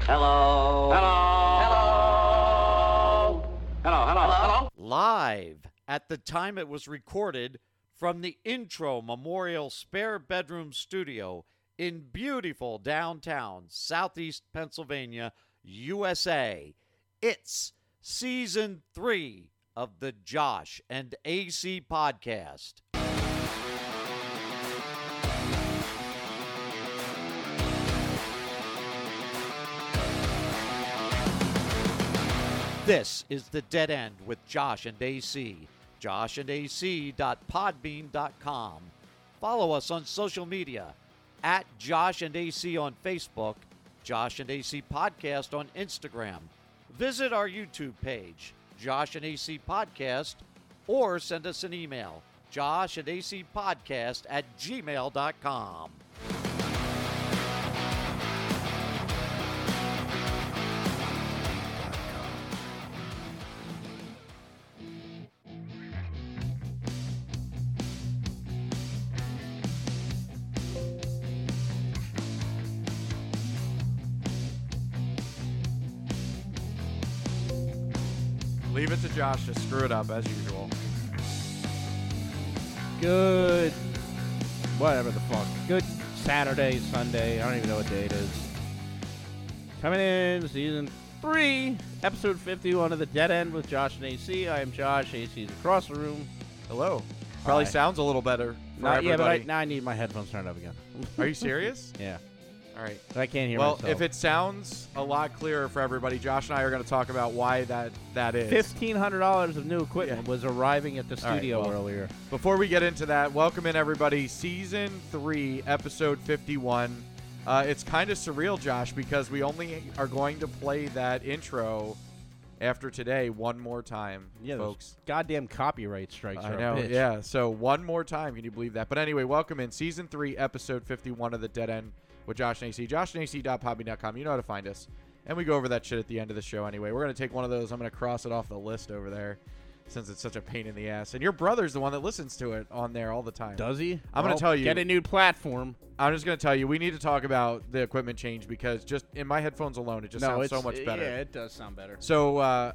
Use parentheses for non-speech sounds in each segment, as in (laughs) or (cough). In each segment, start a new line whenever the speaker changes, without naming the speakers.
Hello. Hello. Hello.
Hello, hello, hello.
live at the time it was recorded from the Intro Memorial Spare Bedroom Studio in beautiful downtown Southeast Pennsylvania, USA. It's season three of the Josh and AC podcast. This is The Dead End with Josh and AC. joshandac.podbean.com. Follow us on social media at Josh and AC on Facebook, Josh and AC Podcast on Instagram. Visit our YouTube page, Josh and AC Podcast, or send us an email, Josh and AC Podcast at gmail.com.
Leave it to Josh to screw it up as usual.
Good, whatever the fuck. Good Saturday, Sunday. I don't even know what day it is. Coming in season three, episode fifty-one of the Dead End with Josh and AC. I am Josh. AC's across the room.
Hello. Probably
Hi.
sounds a little better for
Not, yeah, but I,
everybody.
(laughs) now I need my headphones turned up again.
Are you serious?
Yeah,
All right.
but I can't hear
Well,
myself.
if it sounds a lot clearer for everybody, Josh and I are going to talk about why that that is.
fifteen hundred dollars of new equipment was arriving at the
right,
studio
well,
earlier.
Before we get into that, welcome in everybody. Season three, episode fifty-one. Uh, it's kind of surreal, Josh, because we only are going to play that intro after today one more time,
Yeah, those
folks.
Goddamn copyright strikes.
I
are a
know.
bitch.
Yeah. So one more time, can you believe that? But anyway, welcome in season three, episode fifty-one of the Dead End with Josh and AC. JoshNacy.podbean.com. You know how to find us, and we go over that shit at the end of the show. Anyway, we're gonna take one of those. I'm gonna cross it off the list over there, since it's such a pain in the ass. And your brother's the one that listens to it on there all the time.
Does he?
I'm gonna
Well,
tell you-
Get a new platform.
I'm just gonna tell you, we need to talk about the equipment change because just in my headphones alone, it just
no,
sounds
it's
so much better.
Yeah, it does sound better.
So uh,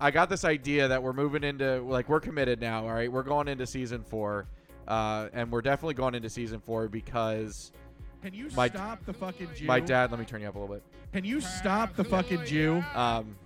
I got this idea that we're moving into like we're committed now. All right, we're going into season four, uh, and we're definitely going into season four because
Can you
My-
stop the fucking Jew?
my dad. Let me turn you up a little bit.
Can you stop the fucking Jew?
Um,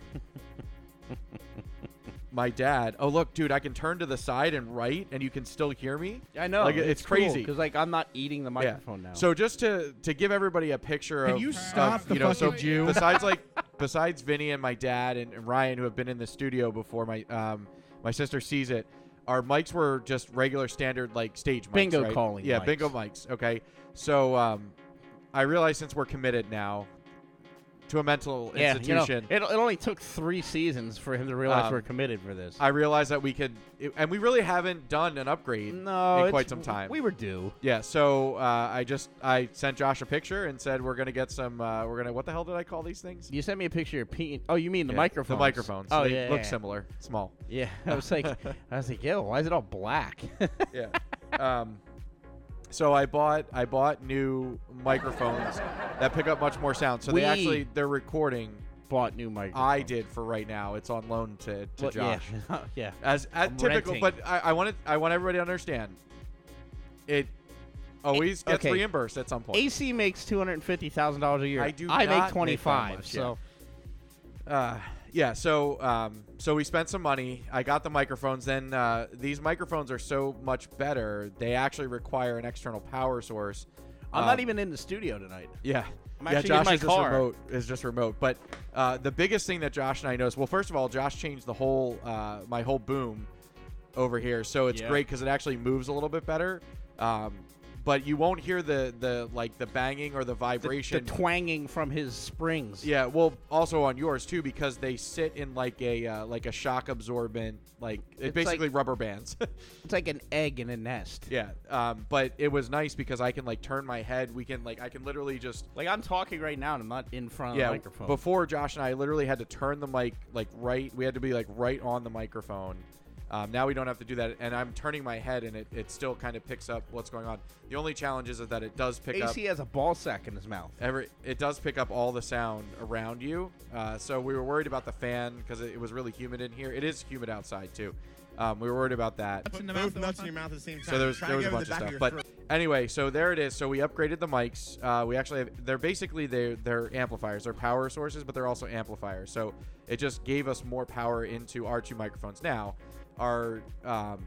my dad. Oh look, dude, I can turn to the side and right, and you can still hear me.
I know.
Like, it's crazy.
because like I'm not eating the
Yeah.
microphone now.
So just to to give everybody a picture
Can
of
you
of,
stop the
you know, so
fucking Jew?
besides
(laughs)
like besides Vinny and my dad and, and Ryan who have been in the studio before my um my sister sees it. Our mics were just regular standard like stage mics.
Bingo
right?
calling
Yeah,
mics.
bingo mics. Okay. So um I realize since we're committed now to a mental
yeah, you know,
institution.
it, it only took three seasons for him to realize
Um,
we're committed for this.
I realize that we could, it- and we really haven't done an upgrade
no,
in
it's-
quite some time.
We were due.
Yeah, so uh, I just I sent Josh a picture and said we're gonna get some. Uh, we're gonna what the hell did I call these things?
You sent me a picture of Pete. Oh, you mean the
Yeah,
microphones?
The microphones.
Oh
they
yeah,
look
yeah.
similar,
(laughs)
small.
Yeah, I was like, I was like, yo, why is it all black? (laughs)
Yeah. um, so I bought I bought new microphones that pick up much more sound. So
We-
they actually they're recording.
Bought new microphones.
I did for right now. It's on loan to, to
Well,
Josh.
Yeah, (laughs) yeah.
As as
I'm
typical,
renting.
but I, I want it. I want everybody to understand. It always gets
okay.
reimbursed at some point.
AC makes two hundred and fifty thousand dollars a year.
I do
I
not make
make
that
twenty five.
much, yeah.
So
Uh, yeah. So, um, so we spent some money. I got the microphones. Then uh, these microphones are so much better. They actually require an external power source.
I'm
Um,
not even in the studio tonight.
Yeah.
I'm
yeah,
actually in
Josh
my
is
car.
just remote. Is just remote. But uh, the biggest thing that Josh and I noticed. Well, first of all, Josh changed the whole uh, my whole boom over here, so it's
Yeah.
great because it actually moves a little bit better. Um, but you won't hear the the like the banging or the
The, the
vibration.
twanging from his springs.
Yeah, well, also on yours too because they sit in like a uh, like a shock absorbent like
It's
it basically rubber bands. (laughs)
It's like an egg in a nest.
yeah, um, but it was nice because I can like turn my head. We can like I can literally just
Like I'm talking right now and I'm not in front of
yeah.
the microphone.
Before Josh and I literally had to turn the mic like right. We had to be like right on the microphone Um, now we don't have to do that, and I'm turning my head, and it, it still kind of picks up what's going on. The only challenge is that it does pick up
AC has a ball sack in his mouth.
every it does pick up all the sound around you uh, so we were worried about the fan because it, it was really humid in here it is humid outside too um, we were worried about that
Nuts in the mouth
Both
the whole
nuts in your
time?
mouth at the same time.
so there was,
Try
there was
to
a
go
bunch
with the
of
back
stuff
your
but
throat.
anyway so there it is so we upgraded the mics uh, we actually have they're basically they're, they're amplifiers they're power sources but they're also amplifiers so it just gave us more power into our two microphones now our um,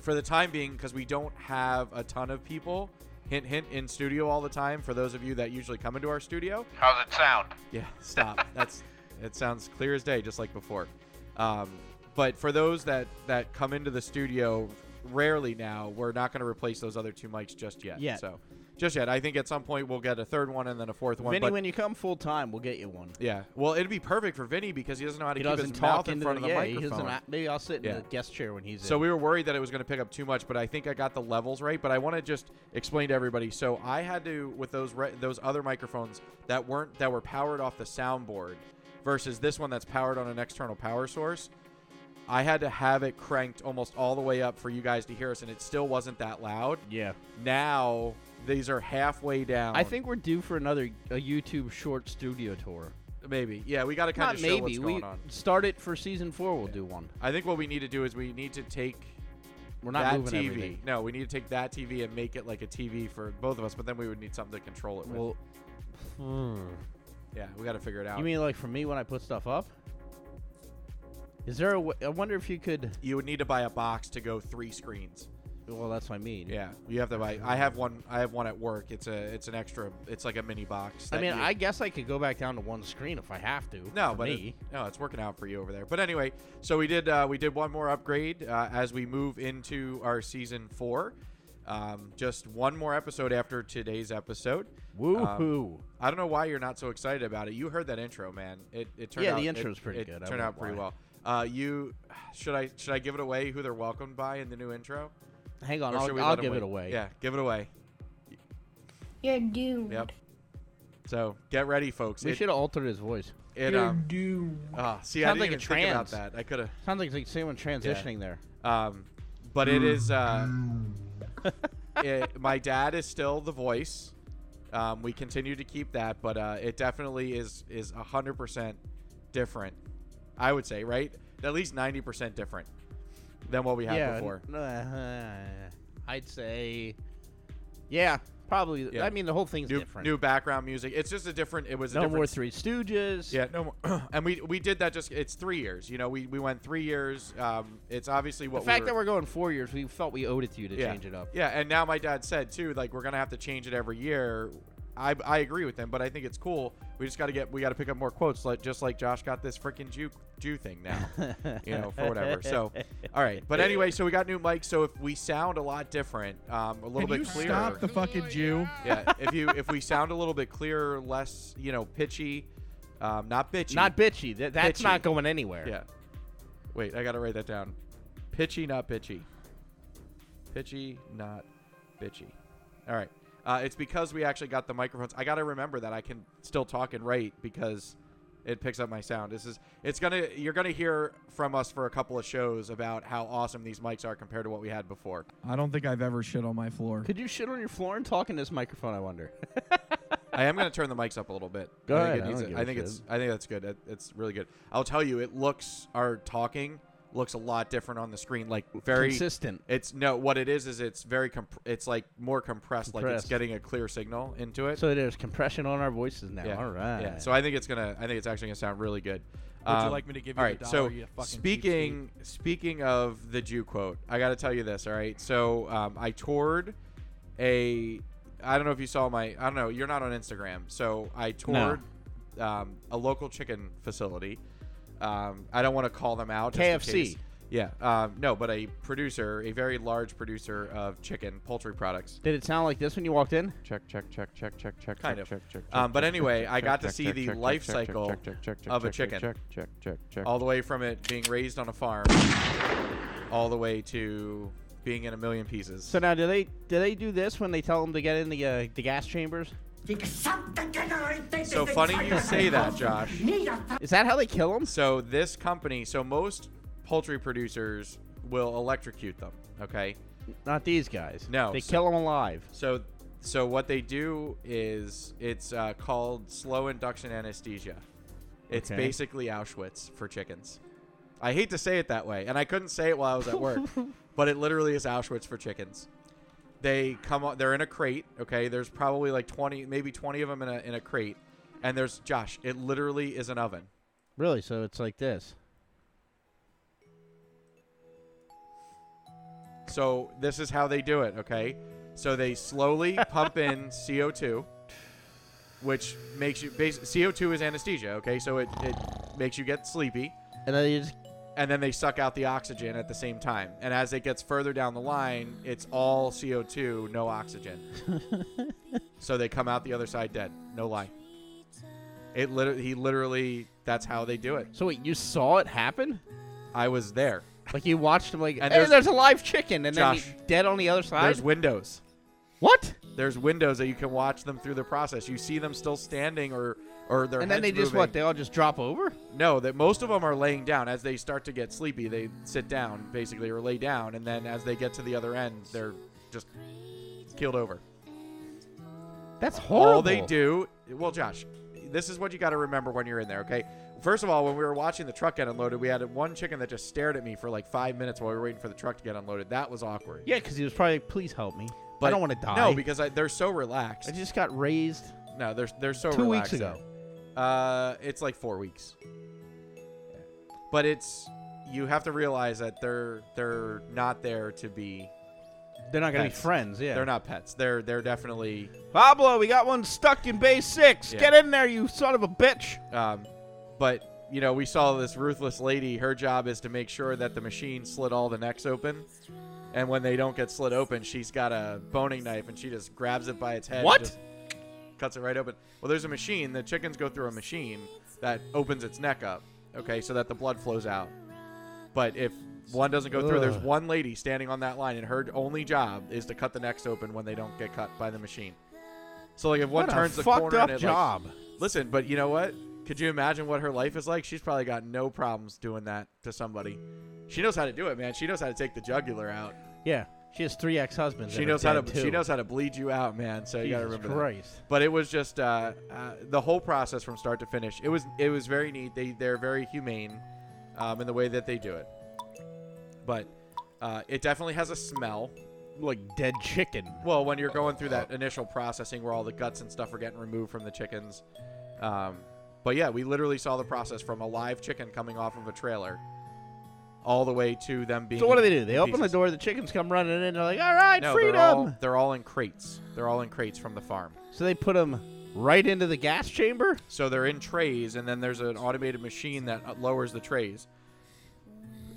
for the time being because we don't have a ton of people hint hint in studio all the time for those of you that usually come into our studio
How's it sound?
yeah,
(laughs)
stop. That's it sounds clear as day, just like before. Um, but for those that that come into the studio rarely now, we're not going to replace those other two mics just yet.
Yet.
So just yet, I think at some point we'll get a third one and then a fourth one.
Vinny,
but
when you come full time, we'll get you one.
yeah, well, it'd be perfect for Vinny because he doesn't know how to
He
keep
doesn't
his mouth
talk
in
into
front of the
yeah, he
microphone.
doesn't- maybe I'll sit in
Yeah.
the guest chair when he's in.
So we were worried that it was going to pick up too much, but I think I got the levels right. But I want to just explain to everybody. So I had to with those re- those other microphones that weren't that were powered off the soundboard versus this one that's powered on an external power source. I had to have it cranked almost all the way up for you guys to hear us, and it still wasn't that loud.
yeah.
Now these are halfway down.
I think we're due for another a YouTube short studio tour.
maybe yeah, we got to kind
Not
of show
maybe.
what's
We
going on.
start it for season four. We'll do one.
I think what we need to do is we need to take
We're not
that
moving
TV.
everything.
No, we need to take that TV and make it like a TV for both of us, but then we would need something to control it with.
Well,
yeah, we got to figure it out.
you mean like for me when I put stuff up? Is there a? wa- I wonder if you could.
you would need to buy a box to go three screens.
Well, that's what I mean.
Yeah, you have to buy. I have one. I have one at work. It's a. It's an extra. It's like a mini box.
I
that
mean,
you-
I guess I could go back down to one screen if I have to.
No,
for
but it-
me.
no, it's working out for you over there. But anyway, so we did uh, we did one more upgrade uh, as we move into our season four. Um, just one more episode after today's episode.
Woohoo.
I don't know why you're not so excited about it. You heard that intro, man. It, it turned
Yeah,
out,
the
it-
intro's pretty
it
good. I
turned out
won't
pretty
lie.
well. Uh, you should I should I give it away who they're welcomed by in the new intro?
Hang on,
Or should
I'll,
we
I'll
let 'em
give
wait?
it away.
Yeah, give it away.
You're doomed.
Yep. So get ready, folks.
we
it,
should have altered his voice.
it
You're
um.
doomed.
ah, see, I
Sounds
didn't
like a
even think about
trans.
that. I could have.
Sounds like, like someone transitioning there.
Um, but it is. Uh,
Hmm.
it, my dad is still the voice. Um, we continue to keep that, but uh, it definitely is is hundred percent different. I would say, right? At least ninety percent different than what we had
yeah.
before.
n- uh, I'd say. Yeah, probably.
Yeah.
I mean, the whole thing's
New,
different.
new background music. It's just a different. It was a
no
different
more Three Stooges.
Yeah, no more. (clears throat) and we we did that. Just it's three years. You know, we we went three years. Um, it's obviously
The
what we
fact
were,
that we're going four years, we felt we owed it to you to change it up.
Yeah, and now my dad said too, like we're gonna have to change it every year. I, I agree with them, but I think it's cool. We just got to get we got to pick up more quotes, like just like Josh got this freaking Jew Jew thing now, (laughs) you know, for
(laughs)
whatever. So, all right, but anyway, so we got new mics, so if we sound a lot different, um, a little
Can
bit
you
clearer.
stop the fucking Jew?
yeah, if you if we sound a little bit clearer, less you know pitchy, um, not bitchy,
Not bitchy. That, that's
Bitchy.
not going anywhere.
yeah. Wait, I gotta write that down. Pitchy, not bitchy. Pitchy, not bitchy. All right. Uh, it's because we actually got the microphones. I gotta remember that I can still talk and write because it picks up my sound. This is it's gonna you're gonna hear from us for a couple of shows about how awesome these mics are compared to what we had before.
I don't think I've ever shit on my floor.
Could you shit on your floor and talk in this microphone? I wonder.
I am gonna turn the mics up a little
(laughs)
bit.
Go
I
ahead,
think,
I
it needs
don't
it-
give
I
a
think
shit.
it's I think that's good. It- it's really good. I'll tell you, it looks our talking looks a lot different on the screen. Like very
Consistent.
It's no. What it is is it's very comp- it's like more compressed, Like it's
Compressed.
getting a clear signal into it.
So there's compression on our voices now.
yeah.
All right.
Yeah. So I think it's gonna. I think it's actually gonna sound really good. Would
you like me to give you
All
the
right. so
dollar, you fucking
speaking speaking of the Jew quote, I got to tell you this. All right. So um, I toured a. I don't know if you saw my. I don't know. You're not on Instagram. So I toured um, a local chicken facility. Um, I don't want to call them out. just in
KFC.
case. Yeah. Um, no, but a producer, a very large producer of chicken poultry products.
Did it sound like this when you walked in?
check check check check check check
Kind
check,
of.
check check
Um,
check,
but
check,
anyway,
check,
I
check,
got to
check,
see
check,
the
check,
life
check, check,
cycle
check, check, check, check,
of a
check, check,
chicken.
Check check check check.
Oh,
all the way from it being raised on a farm all the way to being in a million pieces
So now, do they do they do this when they tell them to get in the uh, the gas chambers?
so funny you say that josh
Is that how they kill them?
so this company so most poultry producers will electrocute them. Okay.
Not these guys.
No,
They
so-
kill them alive.
So, so what they do is it's uh, called slow induction anesthesia. It's
Okay.
basically Auschwitz for chickens. I hate to say it that way, and I couldn't say it while I was at work, but it literally is Auschwitz for chickens. They come on. They're in a crate. Okay, there's probably like 20, maybe 20 of them in a in a crate, and there's Josh. It literally is an oven.
Really? So it's like this.
So this is how they do it, okay? So they slowly pump in CO2, which makes you bas CO2 is anesthesia, okay? So it, it makes you get sleepy,
And then you just
and then they suck out the oxygen at the same time. And as it gets further down the line, it's all CO2, no oxygen. so they come out the other side dead. No lie. It literally, he literally, that's how they do it.
So wait, you saw it happen?
I was there.
Like you watched him like
And
"Hey,
there's-
there's, a live chicken and
Josh,
then he dead on the other side.
There's windows.
what?
there's windows that you can watch them through the process. You see them still standing or or their
And then they
heads
just
moving.
what? They all just drop over?
no that most of them are laying down as they start to get sleepy. They sit down basically or lay down, and then as they get to the other end, they're just killed over.
That's horrible.
All they do, well, Josh, this is what you got to remember when you're in there. Okay, first of all, when we were watching the truck get unloaded, we had one chicken that just stared at me for like five minutes while we were waiting for the truck to get unloaded. That was awkward.
Yeah, because he was probably like, please help me.
but
I don't want to die.
No, because I, they're so relaxed.
I just got raised.
No, they're they're so
Two
relaxed,
weeks ago.
though. Uh, it's like four weeks. But it's you have to realize that they're they're not there to be.
They're not gonna
Pets.
be friends, yeah.
They're not pets. They're they're definitely.
Pablo, we got one stuck in base six.
Yeah.
Get in there, you son of a bitch.
Um, but you know, we saw this ruthless lady. Her job is to make sure that the machine slit all the necks open. And when they don't get slit open, she's got a boning knife and she just grabs it by its head. and
What?
just Cuts it right open. Well, there's a machine. The chickens go through a machine that opens its neck up, okay, so that the blood flows out. But if one doesn't go through, there's
Ugh.
one lady standing on that line, and her only job is to cut the necks open when they don't get cut by the machine. So, like, if one
What a
turns the
fucked
corner
up
and it, like,
job.
Listen, but you know what? Could you imagine what her life is like? She's probably got no problems doing that to somebody. She knows how to do it, man. She knows how to take the jugular out.
yeah. She has three ex husbands.
she knows how to she knows how to bleed you out, man. So you got to remember. that.
Christ.
But it was just uh, uh, the whole process from start to finish. It was it was very neat. They they're very humane um, in the way that they do it. But uh, it definitely has a smell.
Like dead chicken.
Well, when you're going through that initial processing where all the guts and stuff are getting removed from the chickens. Um, but yeah, we literally saw the process from a live chicken coming off of a trailer all the way to them being.
So what do they do? They
in
open the
pieces.
door, the chickens come running in, they're like, all right,
No,
freedom.
They're all, they're all in crates. They're all in crates from the farm.
So they put them right into the gas chamber?
So they're in trays, and then there's an automated machine that uh, lowers the trays.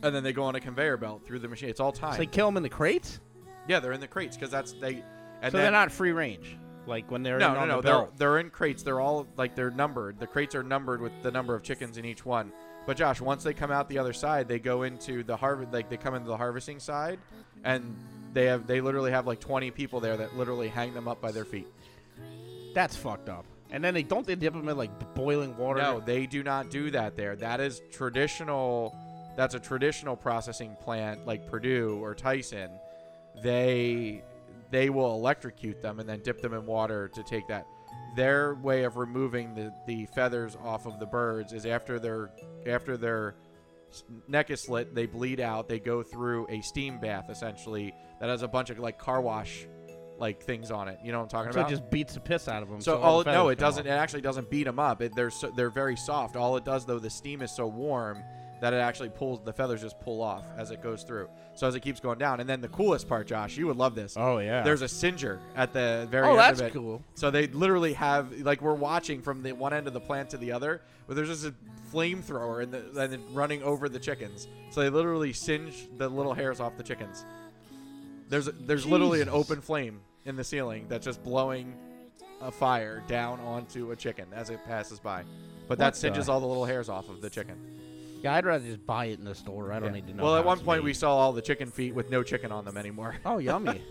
And then they go on a conveyor belt through the machine. It's all time.
So they kill them in the crates?
yeah, they're in the crates because that's they. And
so
then,
they're not free range. Like when they're
no,
in
no,
on
no.
the
they're
belt.
they're in crates. They're all like they're numbered. The crates are numbered with the number of chickens in each one. But Josh, once they come out the other side, they go into the harvest. Like they come into the harvesting side, and they have they literally have like 20 people there that literally hang them up by their feet.
That's fucked up. And then they don't they dip them in like b- boiling water.
No, they do not do that there. That is traditional. That's a traditional processing plant like Purdue or Tyson. They they will electrocute them and then dip them in water to take that. Their way of removing the, the feathers off of the birds is after their after their s- neck is slit, they bleed out. They go through a steam bath essentially that has a bunch of like car wash like things on it. You know what I'm talking
so
about?
it just beats the piss out of them.
So,
all
all no,
the feathers
it
come
doesn't. It
off.
actually doesn't beat them up. It, they're so, they're very soft. All it does though, the steam is so warm that it actually pulls the feathers just pull off as it goes through. So as it keeps going down, and then the coolest part, Josh, you would love this.
Oh yeah.
There's a singer at the very
oh
end
that's
of it.
cool.
So they literally have like we're watching from the one end of the plant to the other, but there's just a flamethrower and, the, and it running over the chickens. So they literally singe the little hairs off the chickens. There's there's literally an
Jesus.
open flame in the ceiling that's just blowing a fire down onto a chicken as it passes by. But
What
that
the-
singes all the little hairs off of the chicken.
Yeah, I'd rather just buy it in the store. I don't
Yeah.
need to know.
well, at
how
one
it's
point
made.
we saw all the chicken feet with no chicken on them anymore. (laughs)
Oh yummy.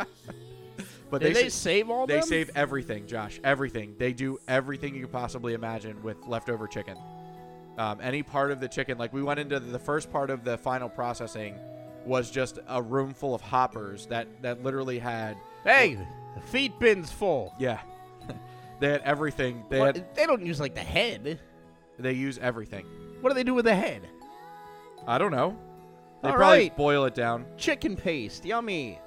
But
Did they,
sa-
save all
They
them?
save everything, Josh. Everything. They do everything you could possibly imagine with leftover chicken. Um, any part of the chicken, like we went into the first part of the final processing, was just a room full of hoppers that that literally had
Hey, the feed bin's full.
yeah, (laughs) they had everything. They had,
What- they don't use like the head.
they use everything.
What do they do with the head?
I don't know. They
All
probably
right.
boil it down.
Chicken paste, yummy.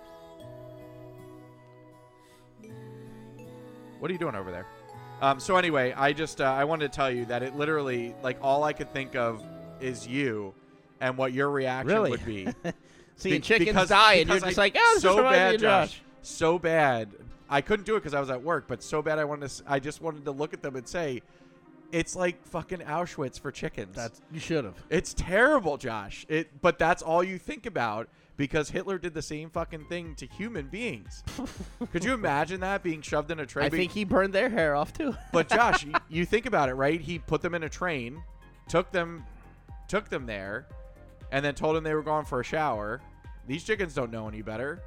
What are you doing over there? Um, so anyway, I just uh, I wanted to tell you that it literally like all I could think of is you and what your reaction
Really?
would
(laughs)
be.
Seeing
Be-
chickens
because-
die, and you're
because
just
I-
like, oh, this
so
is reminds
bad,
me of Josh.
So bad. I couldn't do it because I was at work, but so bad I wanted to. s- I just wanted to look at them and say, it's like fucking Auschwitz for chickens.
That's you should have.
it's terrible, Josh. It, but that's all you think about because Hitler did the same fucking thing to human
(laughs)
beings. Could you imagine that being shoved in a train?
I
But-
think he burned their hair off too. (laughs)
but Josh, y- you think about it, right? He put them in a train, took them, took them there, and then told them they were going for a shower. These chickens don't know any better.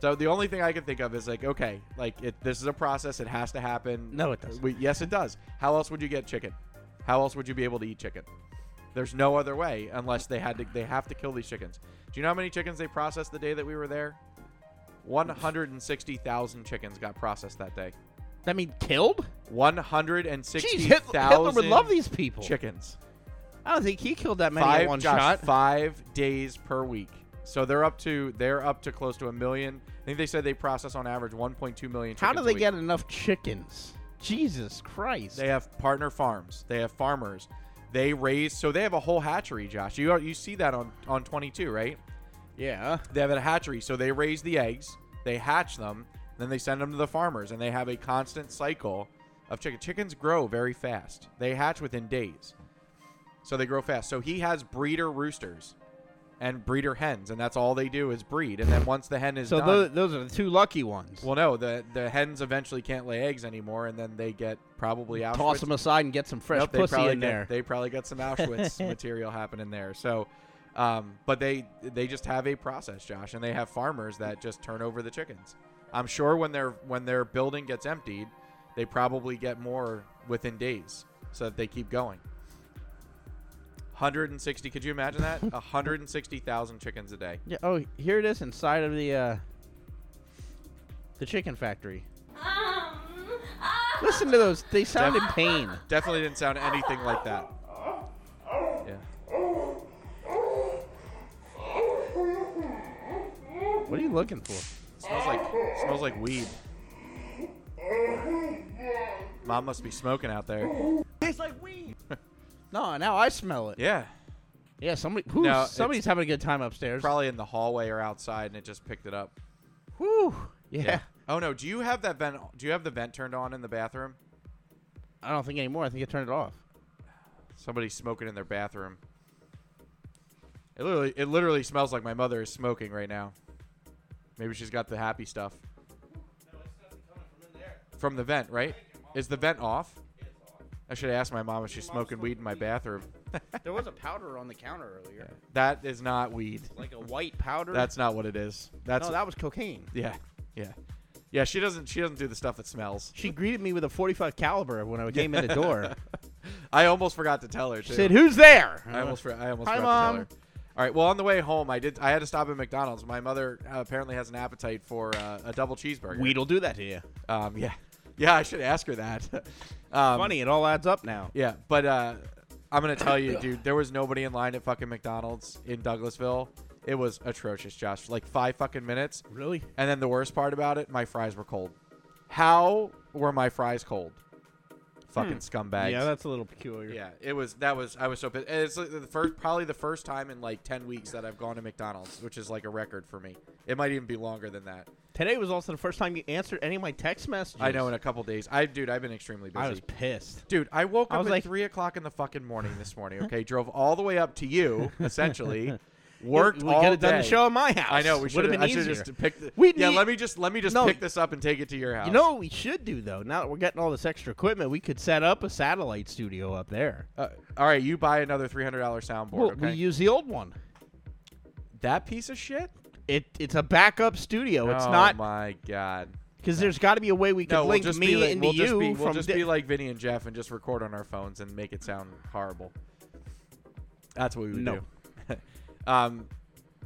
So the only thing I can think of is like, okay, like it, this is a process; it has to happen.
No, it doesn't.
We, yes, it does. How else would you get chicken? How else would you be able to eat chicken? There's no other way unless they had to. They have to kill these chickens. Do you know how many chickens they processed the day that we were there? One hundred and sixty thousand chickens got processed that day.
I mean, killed. Jeez, Hitler, Hitler
160,000
would love these people.
chickens.
I don't think he killed that many
Five
in one
Josh,
shot.
Five days per week. So they're up to they're up to close to a million. I think they said they process on average 1.2 million.
How do
chickens a
they
week.
get enough chickens? Jesus Christ!
They have partner farms. They have farmers. They raise so they have a whole hatchery, Josh. You you see that on on 22, right?
yeah,
They have a hatchery, so they raise the eggs, they hatch them, then they send them to the farmers, and they have a constant cycle of chicken. Chickens grow very fast; they hatch within days, so they grow fast. So he has breeder roosters and breeder hens, and that's all they do is breed. And then once the hen is
so
done,
those, those are the two lucky ones.
well, no, the the hens eventually can't lay eggs anymore, and then they get probably out.
Toss them aside and get some fresh
Nope, they
pussy
probably
in
get-
there.
They probably got some Auschwitz
(laughs)
material happening there. So, um, but they they just have a process, Josh, and they have farmers that just turn over the chickens. I'm sure when their when their building gets emptied, they probably get more within days, so that they keep going. 160. Could you imagine that?
(laughs)
160,000 chickens a day.
yeah, oh, here it is inside of the uh, the chicken factory. Listen to those. They sound in pain.
Definitely didn't sound anything like that. Yeah.
What are you looking for?
Smells like smells like weed. Mom must be smoking out there.
No, now I smell it.
Yeah,
Yeah, somebody. Whew,
No, it's-
somebody's having a good time upstairs.
probably in the hallway or outside, and it just picked it up.
Whew. Yeah.
Oh no, do you have that vent? Do you have the vent turned on in the bathroom?
I don't think anymore. I think I turned it off.
Somebody's smoking in their bathroom. It literally, it literally smells like my mother is smoking right now. Maybe she's got the happy stuff. From the vent, right? Is the vent off? I should ask my mom if she's smoking weed in my bathroom.
There was a powder on the counter earlier,
That is not weed.
like a white powder.
That's not what it is. That's
no, that was cocaine.
yeah, yeah, yeah. She doesn't. She doesn't do the stuff that smells.
She greeted me with a 45 caliber when I came in
(laughs)
the door.
I almost forgot to tell her. Too.
She said, "Who's there?"
I almost. for- I almost
Hi,
forgot
Mom.
to tell her. All right. Well, on the way home, I did. I had to stop at McDonald's. My mother uh, apparently has an appetite for uh, a double cheeseburger.
Weed'll do that to you.
Um, yeah, yeah. I should ask her that. (laughs) um,
Funny, it all adds up now.
Yeah, but uh, I'm gonna tell you, dude. There was nobody in line at fucking McDonald's in Douglasville. It was atrocious, Josh. Like five fucking minutes.
Really?
And then the worst part about it, my fries were cold. How were my fries cold? Fucking scumbags.
Hmm. Yeah, that's a little peculiar.
yeah. It was that was I was so pissed. It's like the first probably the first time in like ten weeks that I've gone to McDonald's, which is like a record for me. It might even be longer than that.
Today was also the first time you answered any of my text messages.
I know in a couple days. I dude, I've been extremely busy.
I was pissed.
Dude, I woke
I
up
was
at
like-
three o'clock in the fucking morning this
(laughs)
morning. Okay, drove all the way up to you, essentially. Worked
We
all
could have
day.
done the show at my house.
I know we
Would
should
have
have.
been
I should
easier.
just pick. The,
We
yeah,
need-
let me just let me just
No.
pick this up and take it to your house.
you know what we should do though. Now that we're getting all this extra equipment, we could set up a satellite studio up there.
Uh, all right, you buy another three hundred dollar soundboard.
Well,
okay,
we use the old one.
that piece of shit.
It it's a backup studio. It's
oh
not
my god.
because there's got to be a way we could
No, we'll
link
just
me
be like,
into
we'll
you
just be, we'll
from
just
di-
be like Vinny and Jeff and just record on our phones and make it sound horrible. That's what we would
No.
do. (laughs) um,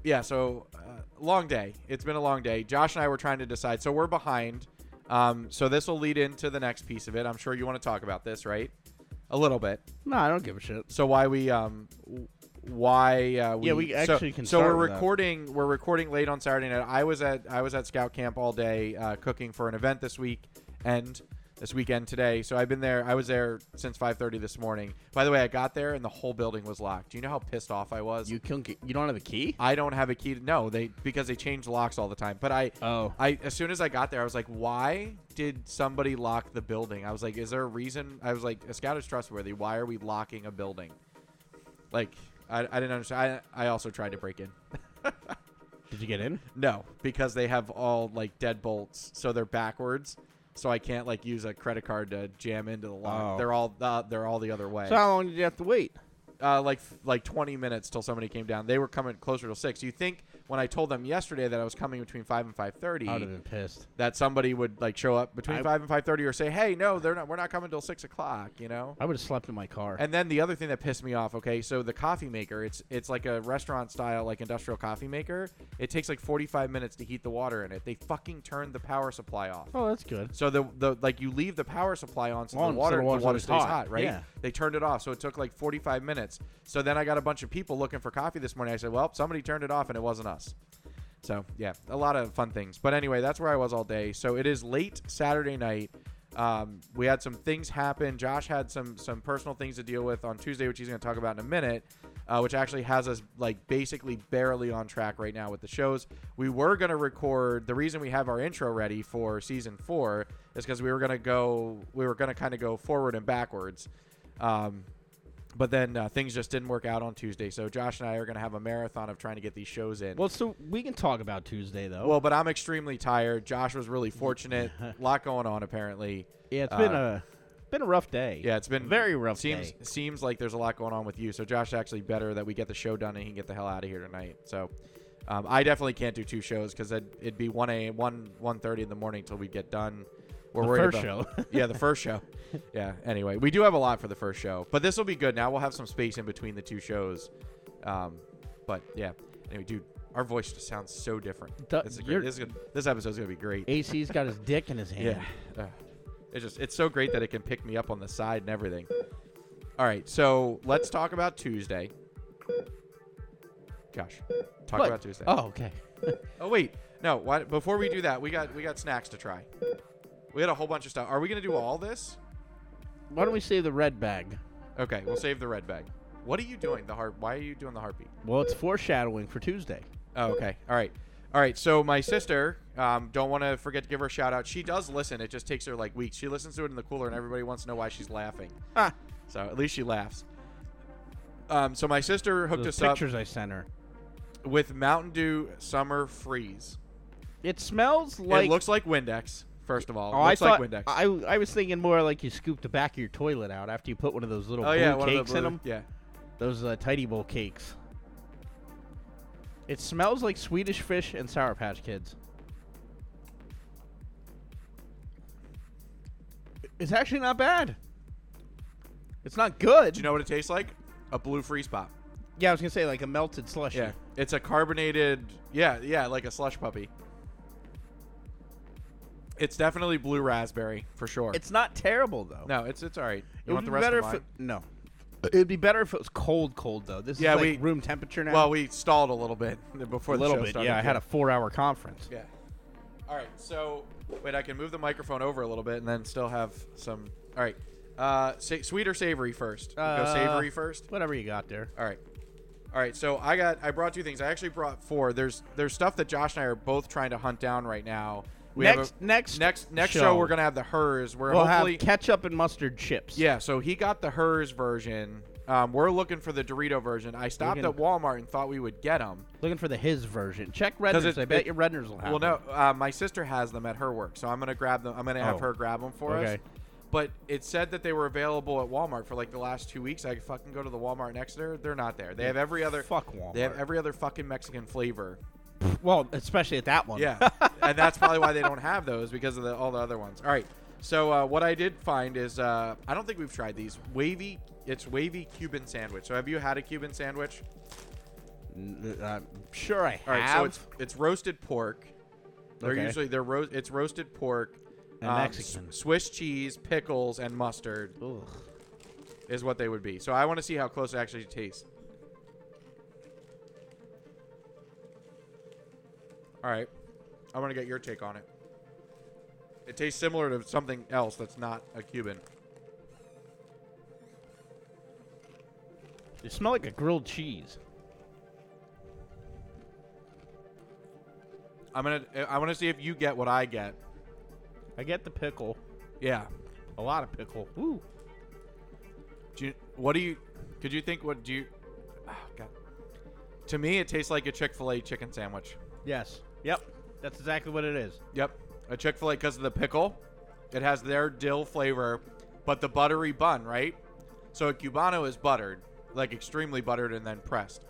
yeah, so uh, long day. It's been a long day. Josh and I were trying to decide. So we're behind. Um, so this will lead into the next piece of it. I'm sure you want to talk about this, right? A little bit.
No, I don't give a shit.
So why we um w- why uh, we,
Yeah, we
so-
actually can
so
start
we're
with that.
recording we're recording late on Saturday night. I was at I was at scout camp all day uh, cooking for an event this week and this weekend today. So I've been there. I was there since 5:30 this morning. By the way, I got there and the whole building was locked. Do you know how pissed off I was?
You can You don't have a key?
I don't have a key to no, they because they change locks all the time. But I
Oh.
I as soon as I got there, I was like, why did somebody lock the building? I was like, is there a reason? I was like, a scout is trustworthy. Why are we locking a building? Like, I, I didn't understand. I, I also tried to break in.
Did you get in?
No, because they have all like deadbolts, so they're backwards. So I can't like use a credit card to jam into the lock.
Oh.
They're all uh, they're all the other way.
So how long did you have to wait?
uh, like like 20 minutes till somebody came down. They were coming closer to six. You think when I told them yesterday that I was coming between five and 5:30,
I would have been pissed.
that somebody would like show up between
I-
five and five thirty or say, "Hey, no, they're not. We're not coming till six o'clock." You know.
I would have slept in my car.
And then the other thing that pissed me off. Okay, so the coffee maker, it's it's like a restaurant style, like industrial coffee maker. It takes like forty five minutes to heat the water in it. They fucking turned the power supply off.
oh, that's good.
So the the like you leave the power supply on so
On, so
the water
the
the
water's
water,
always
stays hot,
hot.
right?
Yeah.
They turned it off, so it took like 45 minutes. So then I got a bunch of people looking for coffee this morning. I said, "Well, somebody turned it off, and it wasn't us." So yeah, a lot of fun things. But anyway, that's where I was all day. So it is late Saturday night. Um, we had some things happen. Josh had some some personal things to deal with on Tuesday, which he's going to talk about in a minute. Uh, which actually has us like basically barely on track right now with the shows. We were going to record. The reason we have our intro ready for season four is because we were going to go. We were going to kind of go forward and backwards. Um, but then uh, things just didn't work out on Tuesday. So Josh and I are going to have a marathon of trying to get these shows in.
Well, so we can talk about Tuesday though.
Well, but I'm extremely tired. Josh was really
(laughs)
fortunate. a lot going on apparently.
yeah, it's
uh,
been a been a rough day.
Yeah, it's been
Very rough
Seems
day.
seems like there's a lot going on with you. So Josh, actually, better that we get the show done and he can get the hell out of here tonight. So um, I definitely can't do two shows because it'd, it'd be one a one one thirty in the morning till we get done. We're
The
worried
first
about-
show.
(laughs) yeah, the first show. Yeah. Anyway, we do have a lot for the first show, but this will be good. Now we'll have some space in between the two shows. Um, but yeah. Anyway, dude, our voice just sounds so different.
Duh,
This, is
you're-
great. this, is gonna, this episode's gonna be great.
AC's got his dick in his hand.
Yeah. Ugh. uh, It's just it's so great that it can pick me up on the side and everything. All right, so let's talk about Tuesday. Gosh, talk
What?
about Tuesday.
Oh, okay.
Oh, wait, no. Why, before we do that, we got we got snacks to try. We got a whole bunch of stuff. Are we gonna do all this?
Why don't we save the red bag?
Okay, we'll save the red bag. What are you doing? The heart. Why are you doing the heartbeat?
Well, it's foreshadowing for Tuesday.
Oh, okay. All right. All right. So my sister, um, don't want to forget to give her a shout out. She does listen. It just takes her like weeks. She listens to it in the cooler, and everybody wants to know why she's laughing.
Ah.
So at least she laughs. Um, so my sister hooked
Those
us
pictures I sent her.
up with Mountain Dew Summer Freeze.
It smells like.
it looks like Windex. First of all,
Oh,
it looks
I thought,
like Windex.
I I was thinking more like you scooped the back of your toilet out after you put one of those little
oh
blue
yeah, one of
cakes
the blue,
in them.
Yeah.
Those uh, tidy bowl cakes. It smells like Swedish fish and Sour Patch Kids. It's actually not bad. It's not good.
Do you know what it tastes like? A blue freeze pop.
yeah, I was gonna say like a melted slushy.
Yeah. It's a carbonated. Yeah, yeah, like a slush puppy. It's definitely blue raspberry for sure.
It's not terrible though.
No, it's it's all right.
it
You
would
want
be
the rest
better
of
if
mine?
it, no. It'd be better if it was cold, cold though. This
Yeah,
is like
we-
room temperature now.
well, we stalled a little bit (laughs) before
a
the
little
show
bit.
started.
Yeah, I had a four-hour conference.
yeah. All right, so wait, I can move the microphone over a little bit and then still have some. All right, uh, sa- sweet or savory first? We'll go
Uh,
savory first.
Whatever you got there.
All right. All right, so I got I brought two things. I actually brought four. There's there's stuff that Josh and I are both trying to hunt down right now.
next, next,
next next show. we're gonna have the hers. We're
we'll
hopefully
have ketchup and mustard chips.
Yeah, so he got the hers version. Um, we're looking for the Dorito version. I stopped
Looking-
at Walmart and thought we would get them.
looking for the his version. Check Redner's.
it-
I bet
it-
your Redner's will have.
Well, no,
them.
uh, my sister has them at her work, so I'm gonna grab them. I'm gonna have
Oh.
her grab them for us.
Okay.
But it said that they were available at Walmart for like the last two weeks. I could fucking go to the Walmart in Exeter. They're not there. They have every other.
Fuck Walmart.
They have every other fucking Mexican flavor.
well, especially at that one.
Yeah, (laughs) and that's probably why they don't have those because of the, all the other ones. All right. So uh, what I did find is uh, I don't think we've tried these wavy. It's wavy Cuban sandwich. So have you had a Cuban sandwich?
N- I'm sure I have.
All right, so it's it's roasted pork. They're
Okay.
usually they're roast. It's roasted pork,
And
um,
Mexican.
s- Swiss cheese, pickles, and mustard
Ugh.
is what they would be. So I want to see how close it actually tastes. All right, I want to get your take on it. It tastes similar to something else that's not a Cuban.
It smell like a grilled cheese.
I'm gonna. I want to see if you get what I get.
I get the pickle.
Yeah.
A lot of pickle. Woo.
Do you, what do you? Could you think? What do you? Oh God. To me, it tastes like a Chick Fil A chicken sandwich.
Yes. Yep. That's exactly what it is.
Yep, a Chick Fil A because of the pickle. It has their dill flavor, but the buttery bun, right? So a cubano is buttered, like extremely buttered and then pressed.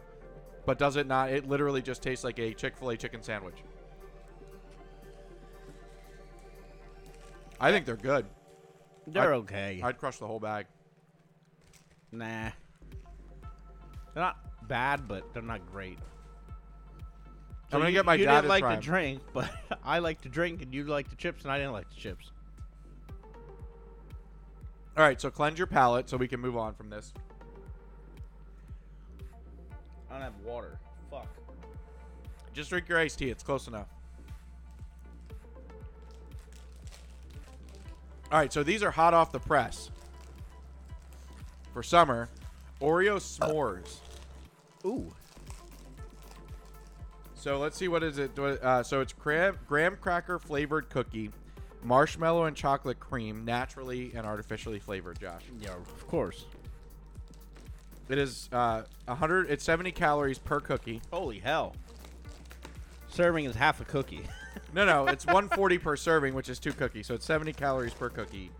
But does it not? It literally just tastes like a Chick Fil A chicken sandwich. I think they're good.
They're
I-
okay.
I'd crush the whole bag.
nah. They're not bad, but they're not great. So
I'm gonna
you-
get my
you
dad to
didn't like
try
to
'em.
drink, (laughs) but I like to drink, and you like the chips, and I didn't like the chips.
All right, so cleanse your palate so we can move on from this.
I don't have water. Fuck.
Just drink your iced tea. It's close enough. All right, so these are hot off the press for summer. Oreo s'mores.
Ooh.
So let's see what is it. what- Uh, so it's graham, graham cracker flavored cookie, marshmallow and chocolate cream, naturally and artificially flavored. Josh,
Yeah, of course.
it is uh, 100. It's 70 calories per cookie.
Holy hell. Serving is half a cookie.
No, no, it's 140 per serving, which is two cookies, so it's 70 calories per cookie.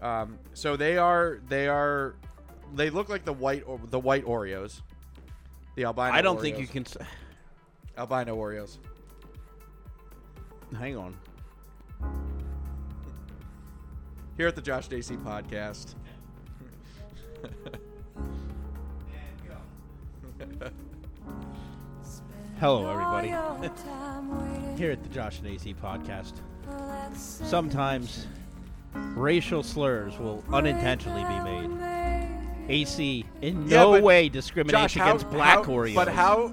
Um, so they are they are they look like the white or- the white Oreos, the albino.
I don't think
Oreos.
you can. s-
albino Oreos.
Hang on.
Here at the Josh Dacey podcast.
Hello, everybody. (laughs) Here at the Josh and AC podcast, sometimes racial slurs will unintentionally be made. AC in
Yeah,
no
but
way discriminates
how-
against
how-
black Oreos.
But how?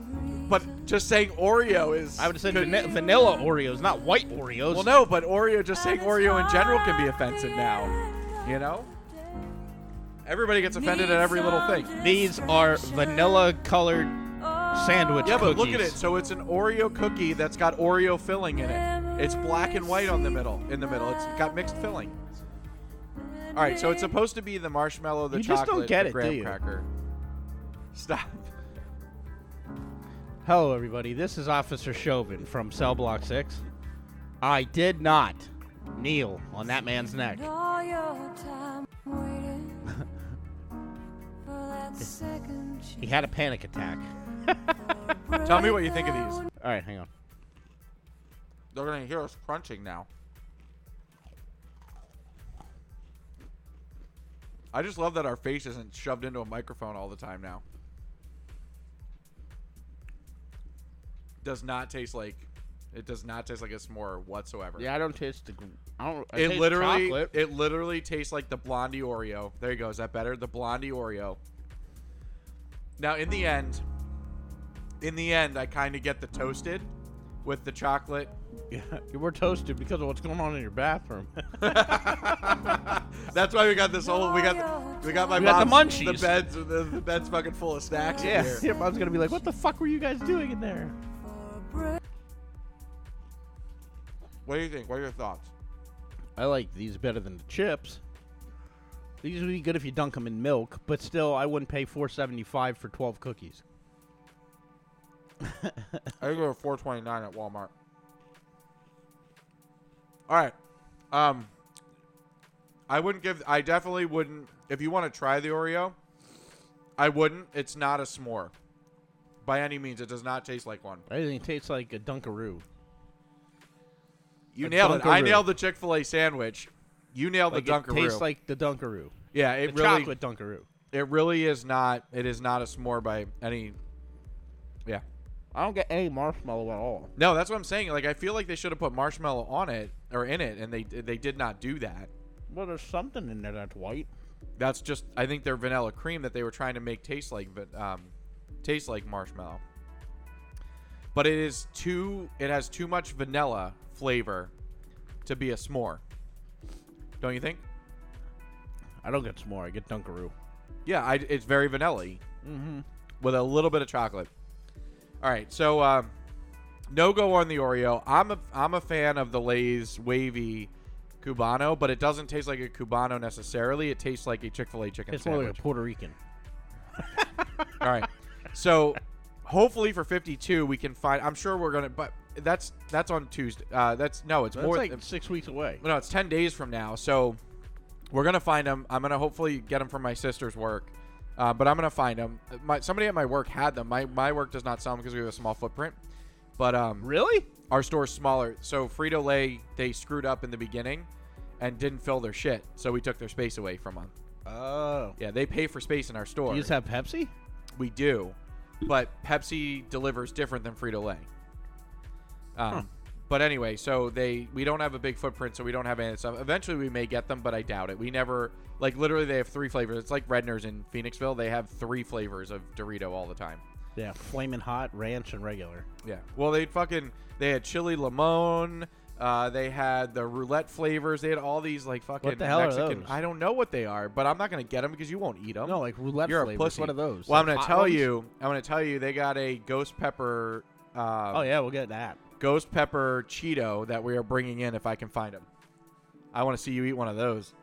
But just saying Oreo is.
I would have said van- vanilla Oreos, not white Oreos.
Well, no, but Oreo just saying Oreo in general can be offensive now. You know. Everybody gets offended at every little thing.
These are vanilla colored sandwich
Yeah, but
cookies.
look at it. So it's an Oreo cookie that's got Oreo filling in it. It's black and white on the middle. In the middle, it's got mixed filling. All right, so it's supposed to be the marshmallow, the
You just
chocolate,
don't get
the
it, do
graham
you?
cracker. Stop.
Hello, everybody. This is Officer Chauvin from Cell Block 6. I did not kneel on that man's neck.
(laughs)
He had a panic attack.
Tell me what you think of these.
All right, hang on.
They're gonna hear us crunching now. I just love that our face isn't shoved into a microphone all the time now. Does not taste like it does not taste like a s'more whatsoever.
I don't taste the. I don't.
it literally it literally tastes like the blondie Oreo. There you go. Is that better? The blondie Oreo. Now in the end, in the end, I kind of get the toasted with the chocolate.
(laughs) you were toasted because of what's going on in your bathroom. (laughs)
That's why we got this whole we got we got my
We got the
mom's-
munchies.
The beds the, the bed's fucking full of snacks. in here.
(laughs) your mom's gonna be like, "What the fuck were you guys doing in there?"
What do you think? What are your thoughts?
I like these better than the chips. These would be good if you dunk them in milk, but still, I wouldn't pay four seventy five for twelve cookies.
I go to 429 at Walmart. All right. Um I wouldn't give I definitely wouldn't if you want to try the Oreo, I wouldn't. It's not a s'more. By any means, it does not taste like one.
I think it tastes like a Dunkaroo.
You
A
nailed it. I
Dunkaroo.
nailed the Chick-fil-A sandwich. You nailed
Like
the Dunkaroo.
it tastes like the Dunkaroo,
yeah, it
the
really
chocolate Dunkaroo.
it really is not it is not a s'more by any Yeah.
I don't get any marshmallow at all.
No, that's what I'm saying. Like I feel like they should have put marshmallow on it or in it, and they they did not do that.
Well, there's something in there that's white.
That's just I think their vanilla cream that they were trying to make taste like va- um, taste like marshmallow. But it is too it has too much vanilla flavor to be a s'more. Don't you think?
I don't get s'more. I get Dunkaroo.
Yeah, I, it's very vanilla mm-hmm. with a little bit of chocolate. All right, so um, no go on the Oreo. I'm a I'm a fan of the Lay's wavy Cubano, but it doesn't taste like a Cubano necessarily. It tastes like a Chick Fil A chicken
It's more
sandwich.
like a Puerto Rican.
All right. So hopefully for 52 we can find I'm sure we're going to but that's that's on Tuesday. Uh that's no, it's
That's
more
like
it's-
six weeks away.
no, it's 10 days from now. So we're going to find them. I'm going to hopefully get them from my sister's work. Uh, but I'm going to find them. My, somebody at my work had them. My my work does not sell them because we have a small footprint. But um
Really?
our store's smaller. So Frito Lay they screwed up in the beginning and didn't fill their shit. So we took their space away from them.
Oh.
Yeah, they pay for space in our store.
You just have Pepsi?
We do, but Pepsi delivers different than Frito Lay. Um, But anyway, so they we don't have a big footprint, so we don't have any of that stuff. Eventually, we may get them, but I doubt it. We never like literally they have three flavors. It's like Redner's in Phoenixville; they have three flavors of Dorito all the time.
Yeah, flaming hot, ranch, and regular.
Yeah. Well, they fucking they had chili limon. Uh, they had the roulette flavors. They had all these like fucking
What the hell are
Mexican.
those?
I don't know what they are, but I'm not gonna get them because you won't eat them.
No, like roulette
You're
flavors.
a pussy.
What are those?
Well,
Like
I'm gonna
hot
tell
ones?
you. I'm gonna tell you. They got a ghost pepper. Uh,
Oh yeah, we'll get that.
Ghost pepper Cheeto that we are bringing in if I can find them. I want to see you eat one of those.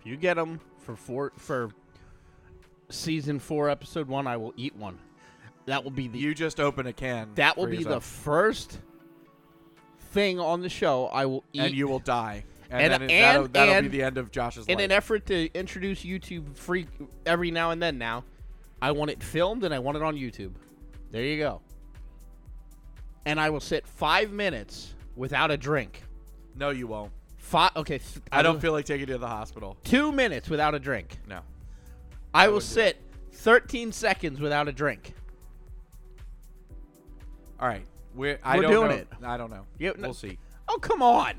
If you get them for four for season four, episode one, I will eat one. That will be the
You just open a can.
that will
for
be the
yourself,
first thing on the show I will eat.
and you will die.
And-
And, then it- that'll,
and-
that'll
and-
be the end of Josh's
in
life.
an effort to introduce YouTube free every now and then. Now, I want it filmed and I want it on YouTube. There you go. And I will sit five minutes without a drink.
no, you won't.
Five. Okay. th-
I
will-
don't feel like taking you to the hospital.
two minutes without a drink.
No.
I will
wouldn't do
sit 13 seconds without a drink.
All right. We're, I
We're
don't
doing
know.
it.
I don't know.
Yeah, no-
we'll see.
Oh, come on.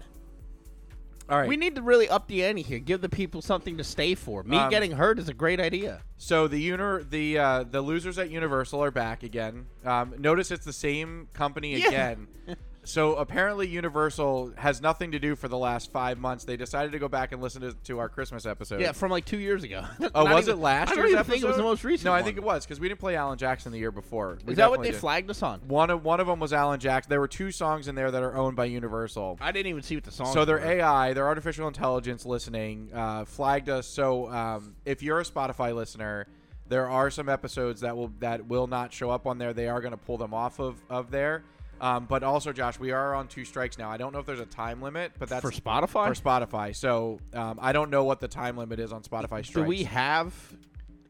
All right.
We need to really up the ante here. Give the people something to stay for. Me
Um,
getting hurt is a great idea.
So the uni- the uh, the losers at Universal are back again. Um, notice it's the same company
Yeah.
again.
(laughs)
so apparently Universal has nothing to do for the last five months. They decided to go back and listen to, to our Christmas episode.
Yeah, from like two years ago.
uh,
(laughs)
Oh,
Not
was
even-
it last
I don't
year's
even
episode?
think it was the most recent.
No, I
one.
think it was because we didn't play Alan Jackson the year before. We
Is that what
definitely
they
did.
flagged us on?
One of one of them was Alan Jackson. There were two songs in there that are owned by Universal.
I didn't even see what the song.
So their AI, their artificial intelligence listening, uh, flagged us. So um, if you're a Spotify listener, there are some episodes that will that will not show up on there. They are going to pull them off of of there. Um, but also, Josh, we are on two strikes now. I don't know if there's a time limit, but that's
for Spotify.
for Spotify. So um, I don't know what the time limit is on Spotify strikes.
Do we have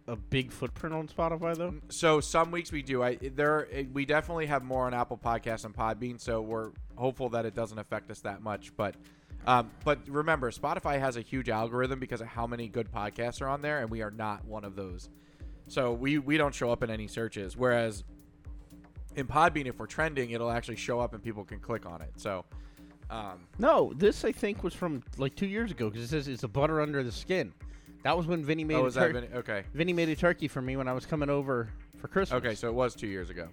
a big footprint on Spotify though?
so some weeks we do. I there eh, we definitely have more on Apple Podcasts and Podbean, so we're hopeful that it doesn't affect us that much. But um, but remember, Spotify has a huge algorithm because of how many good podcasts are on there, and we are not one of those. So we we don't show up in any searches. Whereas in Podbean, if we're trending, it'll actually show up and people can click on it. So um,
No, this I think was from like two years ago because it says it's a butter under the skin. That was when Vinny made
oh,
a
is that
tur-
been, okay?
Vinny made a turkey for me when I was coming over for Christmas.
Okay, so it was two years ago.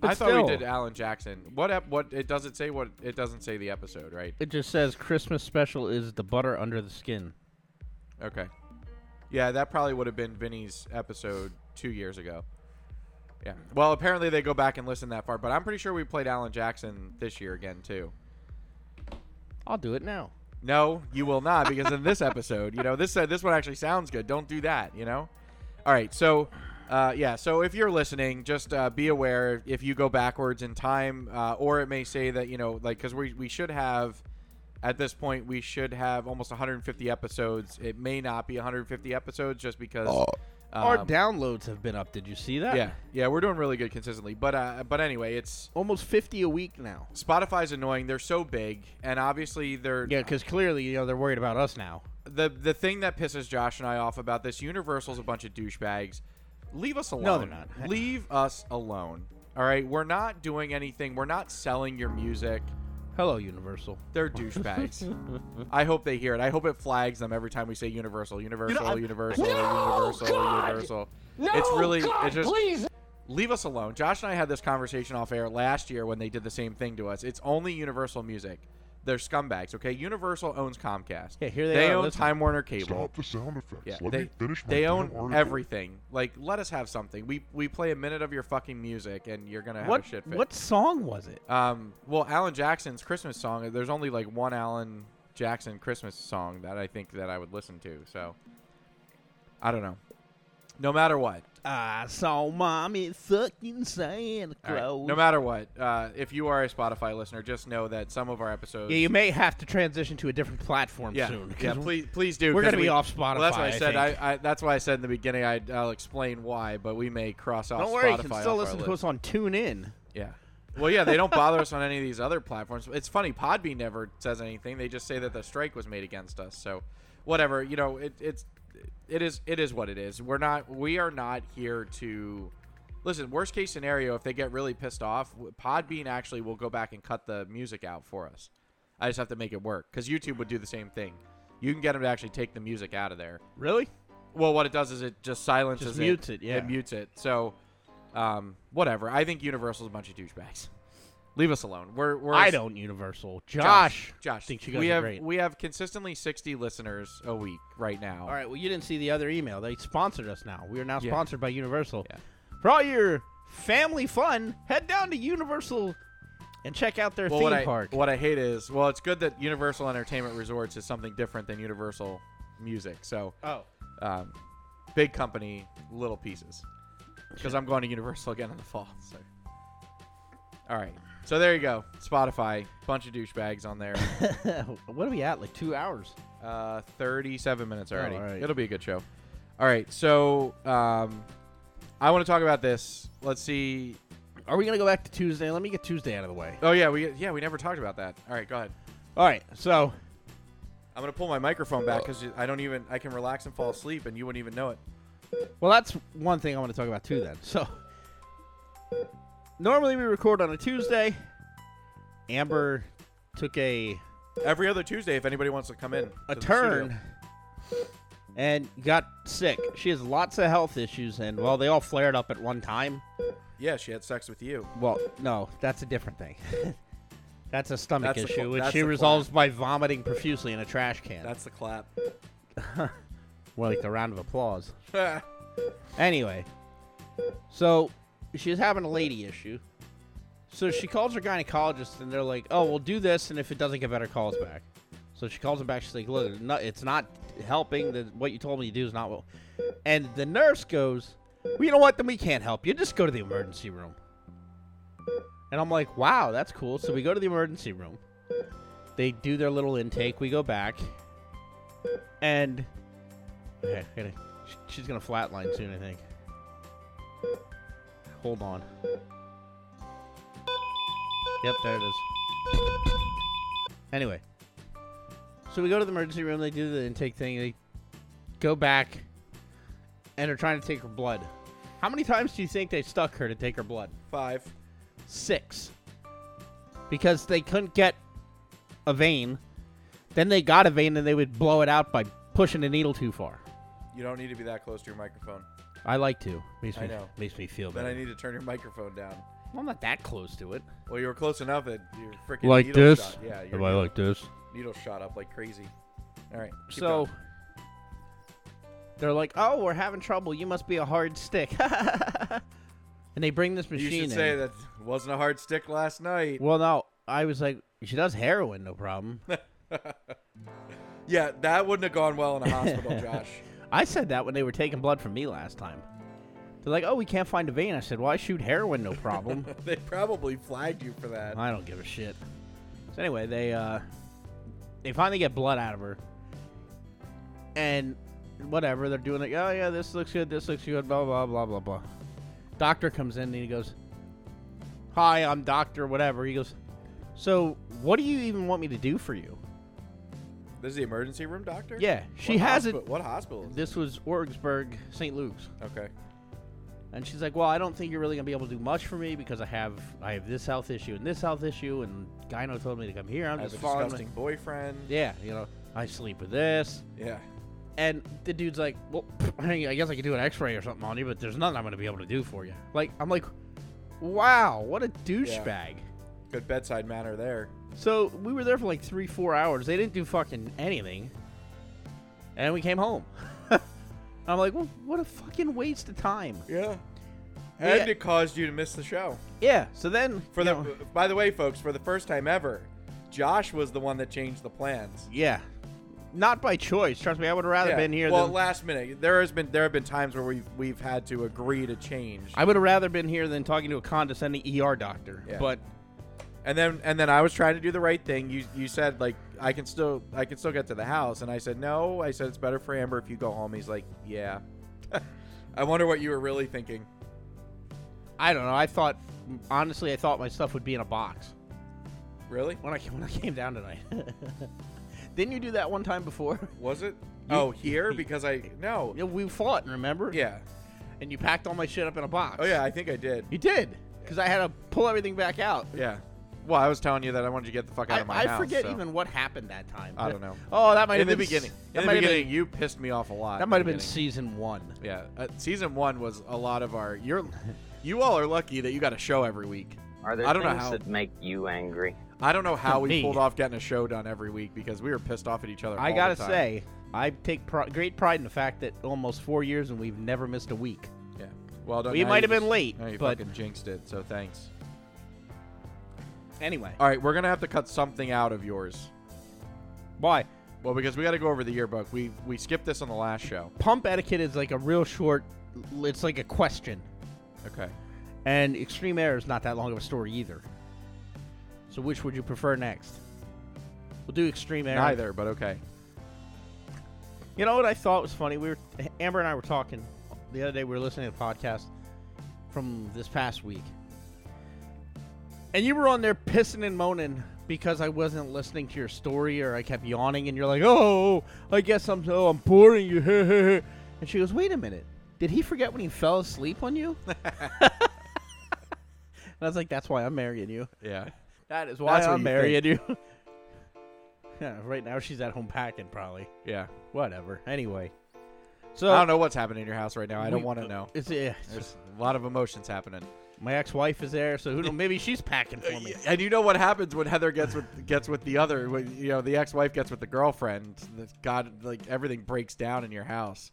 But
I thought
still.
we did Alan Jackson. What ep- what it doesn't say what it doesn't say the episode, right?
it just says Christmas special is the butter under the skin.
Okay. Yeah, that probably would have been Vinny's episode two years ago. Yeah. Well, apparently they go back and listen that far, but I'm pretty sure we played Alan Jackson this year again too.
I'll do it now.
No, you will not, because in this episode, you know, this uh, this one actually sounds good. Don't do that, you know. All right, so uh, yeah, so if you're listening, just uh, be aware if you go backwards in time, uh, or it may say that you know, like, because we we should have at this point we should have almost 150 episodes. It may not be 150 episodes just because.
Our
um,
downloads have been up. Did you see that?
yeah, yeah, we're doing really good consistently, but uh, but anyway, it's
Almost 50 a week now.
Spotify's annoying. They're so big, and obviously they're
Yeah, because clearly, you know, they're worried about us now.
the the thing that pisses Josh and I off about this Universal's a bunch of douchebags. Leave us alone.
No, they're not. (laughs)
Leave us alone. All right, we're not doing anything. We're not selling your music.
Hello, Universal.
They're
(laughs)
douchebags. I hope they hear it. I hope it flags them every time we say Universal, Universal,
I-
Universal,
No,
Universal,
God!
Universal.
No,
it's really
God,
it's just
please.
leave us alone. Josh and I had this conversation off air last year when they did the same thing to us. It's only Universal Music. They're scumbags, okay? Universal owns Comcast.
Yeah, here they
they
are,
own
listen.
Time Warner Cable.
Stop the sound effects.
Yeah,
Let
they
me finish my
they
damn
own
article.
everything. Like, let us have something. We we play a minute of your fucking music, and you're gonna have
What
a shit fit.
what song was it?
Um, well, Alan Jackson's Christmas song. There's only like one Alan Jackson Christmas song that I think that I would listen to. So, I don't know. No matter what,
I saw mommy fucking Santa
All right. no matter what, uh, if you are a Spotify listener, just know that some of our episodes.
yeah, you may have to transition to a different platform
yeah,
soon.
yeah,
'cause
please, please do.
we're
'cause
gonna be
we-
off
Well, that's why I,
Spotify, I
said.
think.
I, I that's why I said in the beginning. I, I'll explain why, but we may cross off.
Don't worry,
Spotify
you can still
off our
listen to
list.
us on TuneIn.
Yeah. Well, yeah, they don't bother us on any of these other platforms. It's funny, Podbean never says anything. They just say that the strike was made against us. So, whatever, you know, it, it's it is it is what it is. We're not we are not here to listen. Worst case scenario, if they get really pissed off, Podbean actually will go back and cut the music out for us. I just have to make it work because YouTube would do the same thing. You can get them to actually take the music out of there.
Really?
Well, what it does is it just silences
Just
it.
mutes it, yeah.
It mutes it. So, um, whatever. I think Universal's a bunch of douchebags. Leave us alone. We're, we're
I don't Universal. Josh,
Josh. Josh,
thinks you guys
we
are
have
great.
we have consistently sixty listeners a week right now.
All right. Well, you didn't see the other email. They sponsored us now. We are now
Yeah.
sponsored by Universal.
Yeah.
For all your family fun, head down to Universal and check out their
Well,
theme
what I
park.
what I hate is well, it's good that Universal Entertainment Resorts is something different than Universal Music. So,
(laughs) oh,
um, big company, little pieces. Because I'm going to Universal again in the fall. So. All right. So there you go. Spotify, bunch of douchebags on there.
what are we at? Like two hours?
Uh, 37 minutes already.
Oh, all right.
It'll be a good show. All right, so um, I want to talk about this. Let's see.
Are we gonna go back to Tuesday? Let me get Tuesday out of the way.
Oh yeah, we yeah we never talked about that. All right, go ahead.
All right. So
I'm gonna pull my microphone back because I don't even I can relax and fall asleep and you wouldn't even know it.
Well, that's one thing I want to talk about too. Then, so normally we record on a Tuesday. Amber took a
Every other Tuesday, if anybody wants to come in,
a
to the
turn
studio.
and got sick. She has lots of health issues, and well, they all flared up at one time.
Yeah, she had sex with you.
Well, no, that's a different thing. (laughs) that's a stomach
That's the
issue,
cl-
which
that's
she
the
resolves by vomiting profusely in a trash can.
That's the clap. (laughs)
More like the round of applause. Anyway, so she's having a lady issue. So she calls her gynecologist, and they're like, "Oh, we'll do this, and if it doesn't get better, call us back." So she calls him back. She's like, "Look, it's not- it's not helping. The, what you told me to do is not what." And the nurse goes, "Well, you know what? Then we can't help you. Just go to the emergency room." And I'm like, "Wow, that's cool." So we go to the emergency room. They do their little intake. We go back, and okay, I gotta- sh- she's gonna flatline soon, I think. Hold on. Yep, there it is. Anyway, so we go to the emergency room. They do the intake thing. They go back, and are trying to take her blood. How many times do you think they stuck her to take her blood?
Five.
six because they couldn't get a vein. Then they got a vein and they would blow it out by pushing the needle too far.
You don't need to be that close to your microphone.
I like to. Makes
I
me
know.
makes me feel
Then
better.
I need to turn your microphone down.
Well, I'm not that close to it.
Well, you were close enough that your freaking
Like
needle
this?
Shot. Yeah,
Am
your
I
needle,
like this?
needle shot up like crazy. All right. keep
So
going.
they're like, "Oh, we're having trouble. You must be a hard stick." (laughs) and they bring this machine
you should
in.
say that wasn't a hard stick last night.
well, no, I was like, "She does heroin,
(laughs)
no problem."
Yeah, that wouldn't have gone well in a
(laughs)
hospital, Josh. (laughs)
I said that when they were taking blood from me last time. They're like, "Oh, we can't find a vein." I said, "Well, I shoot heroin,
(laughs)
no problem."
they probably flagged you for that.
I don't give a shit. So anyway, they uh they finally get blood out of her. And whatever, they're doing like, oh yeah, this looks good, this looks good, blah blah blah blah blah. Doctor comes in and he goes, Hi, I'm doctor, whatever. He goes, So what do you even want me to do for you?
This is the emergency room doctor?
Yeah. She
What
has
hospi- What hospital?
it
is
this was Orgsburg, St. Luke's.
it? Okay.
And she's like, "Well, I don't think you're really gonna be able to do much for me because I have I have this health issue and this health issue, and Gyno told me to come here. I'm
I have a
just following. my-
disgusting boyfriend.
yeah, you know, I sleep with this."
Yeah.
And the dude's like, "Well, (clears throat) I guess I could do an X-ray or something on you, but there's nothing I'm gonna be able to do for you." Like, I'm like, "Wow, what a douchebag."
Good bedside manner there.
So we were there for like three, four hours. They didn't do fucking anything, and we came home. (laughs) I'm like, well, what a fucking waste of time.
Yeah.
Yeah.
And it caused you to miss the show.
Yeah. So then
For
you
the
know,
by the way, folks, for the first time ever, Josh was the one that changed the plans.
Yeah. Not by choice. Trust me, I would have rather
Yeah.
been here
Well,
than
last minute. There has been there have been times where we've we've had to agree to change.
I would have rather been here than talking to a condescending ER doctor.
Yeah.
But
and then and then I was trying to do the right thing. You you said like I can still I can still get to the house, and I said no. I said it's better for Amber if you go home. He's like, yeah. (laughs) I wonder what you were really thinking.
I don't know. I thought honestly, I thought my stuff would be in a box
Really?
when I (laughs) when I came down tonight. (laughs) Didn't you do that one time before? (laughs)
Was it? oh, here because I no.
Yeah, We fought, remember?
Yeah.
And you packed all my shit up in a box.
Oh yeah, I think I did.
You did. Because I had to pull everything back out.
Yeah. Well, I was telling you that I wanted you to get the fuck out
I,
of my
I
house.
forget
so.
even what happened that time.
I don't know.
Oh, that might
in the
have been
beginning.
s- That
In the
might have
beginning,
been,
you pissed me off a lot.
that
in
might
the
have been
beginning.
season one.
Yeah, uh, season one was a lot of our. You're, you all are lucky that you got a show every week.
Are there
I don't know
things
how-
that make you angry?
I don't know how we
Me.
pulled off getting a show done every week because we were pissed off at each other.
I
all
gotta
the time.
say, I take pr- great pride in the fact that almost four years and we've never missed a week.
yeah. Well, done.
We
Now
might
you
have been
just-
late,
now you
but-
fucking jinxed it. So thanks.
Anyway,
All right, we're gonna have to cut something out of yours.
why?
Well, because we got to go over the yearbook. We we skipped this on the last show.
Pump etiquette is like a real short. It's like a question,
Okay.
and extreme air is not that long of a story either. So, which would you prefer next? We'll do extreme air.
Neither, but okay.
You know what I thought was funny? We were Amber and I were talking the other day. We were listening to a podcast from this past week, and you were on there pissing and moaning because I wasn't listening to your story, or I kept yawning, and you're like, "Oh, I guess I'm oh, I'm boring you." (laughs) and she goes, "Wait a minute, did he forget when he fell asleep on you?" (laughs) and I was like, "That's why I'm marrying you.
Yeah.
That is why
That's what
I'm
you
marrying you." (laughs) yeah, right now she's at home packing, probably.
Yeah.
Whatever. Anyway, so
I don't know what's happening in your house right now. I don't
We- (laughs)
want to know.
It's, yeah, it's
There's a lot of emotions happening.
just- my ex-wife is there, so who knows? Maybe she's packing for me.
Uh, And you know what happens when Heather gets with gets with the other, when, you know, the ex-wife gets with the girlfriend. that God, like everything breaks down in your house.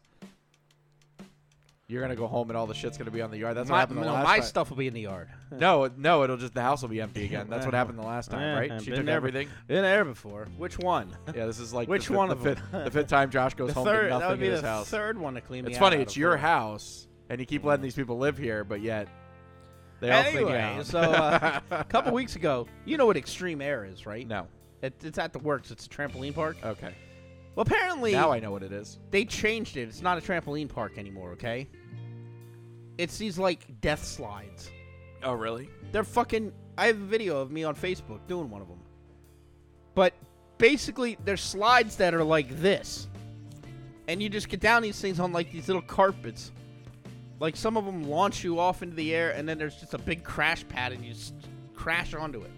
You're gonna go home and all the shit's gonna be on the yard. That's what
My,
happened the
no,
last
my
time.
stuff will be in the yard.
No, no, it'll just the house will be empty again. That's what
Well,
happened the last time,
Yeah,
right?
I've
She
been
took
there
everything.
be- (laughs) Been there before. Which (laughs) one?
Yeah, this is like
Which
the fifth,
one
the
of
fifth,
'em?
the fifth time Josh goes
the
home
third.
to
That would
nothing
be
in his
the
house.
third one to clean me
It's
out
funny,
out
it's
of
your
for.
house, and you keep letting these people live here, but yet they all think you
Anyway,
out.
so uh, a (laughs) couple weeks ago, you know what extreme air is, right?
(laughs) no,
It, it's at the works. It's a trampoline park.
okay.
Uh, Well, apparently
Now I know what it is.
they changed it. It's not a trampoline park anymore. Okay. It's these like death slides.
Oh, really?
They're fucking. I have a video of me on Facebook doing one of them. But basically, there's slides that are like this, and you just get down these things on like these little carpets. Like some of them launch you off into the air, and then there's just a big crash pad, and you s crash onto it.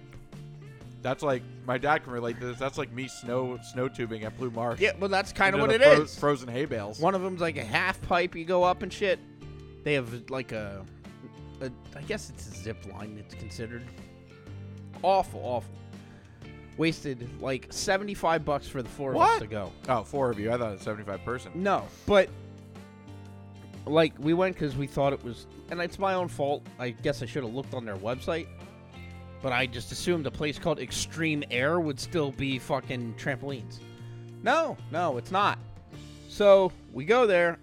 That's like my dad can relate to this. That's like me snow snow tubing at Blue Marsh.
Yeah, well, that's kind of
Into
what
the
it is.
fro- Frozen hay bales.
One of them's like a half pipe. You go up and shit. They have like a, a I guess it's a zip line. It's considered awful, awful. Wasted like seventy five bucks for the four of
What?
us to go.
Oh, four of you. I thought it was seventy-five person.
No, but like we went because we thought it was, and it's my own fault. I guess I should have looked on their website. But I just assumed a place called Extreme Air would still be fucking trampolines. No, no, it's not. So we go there.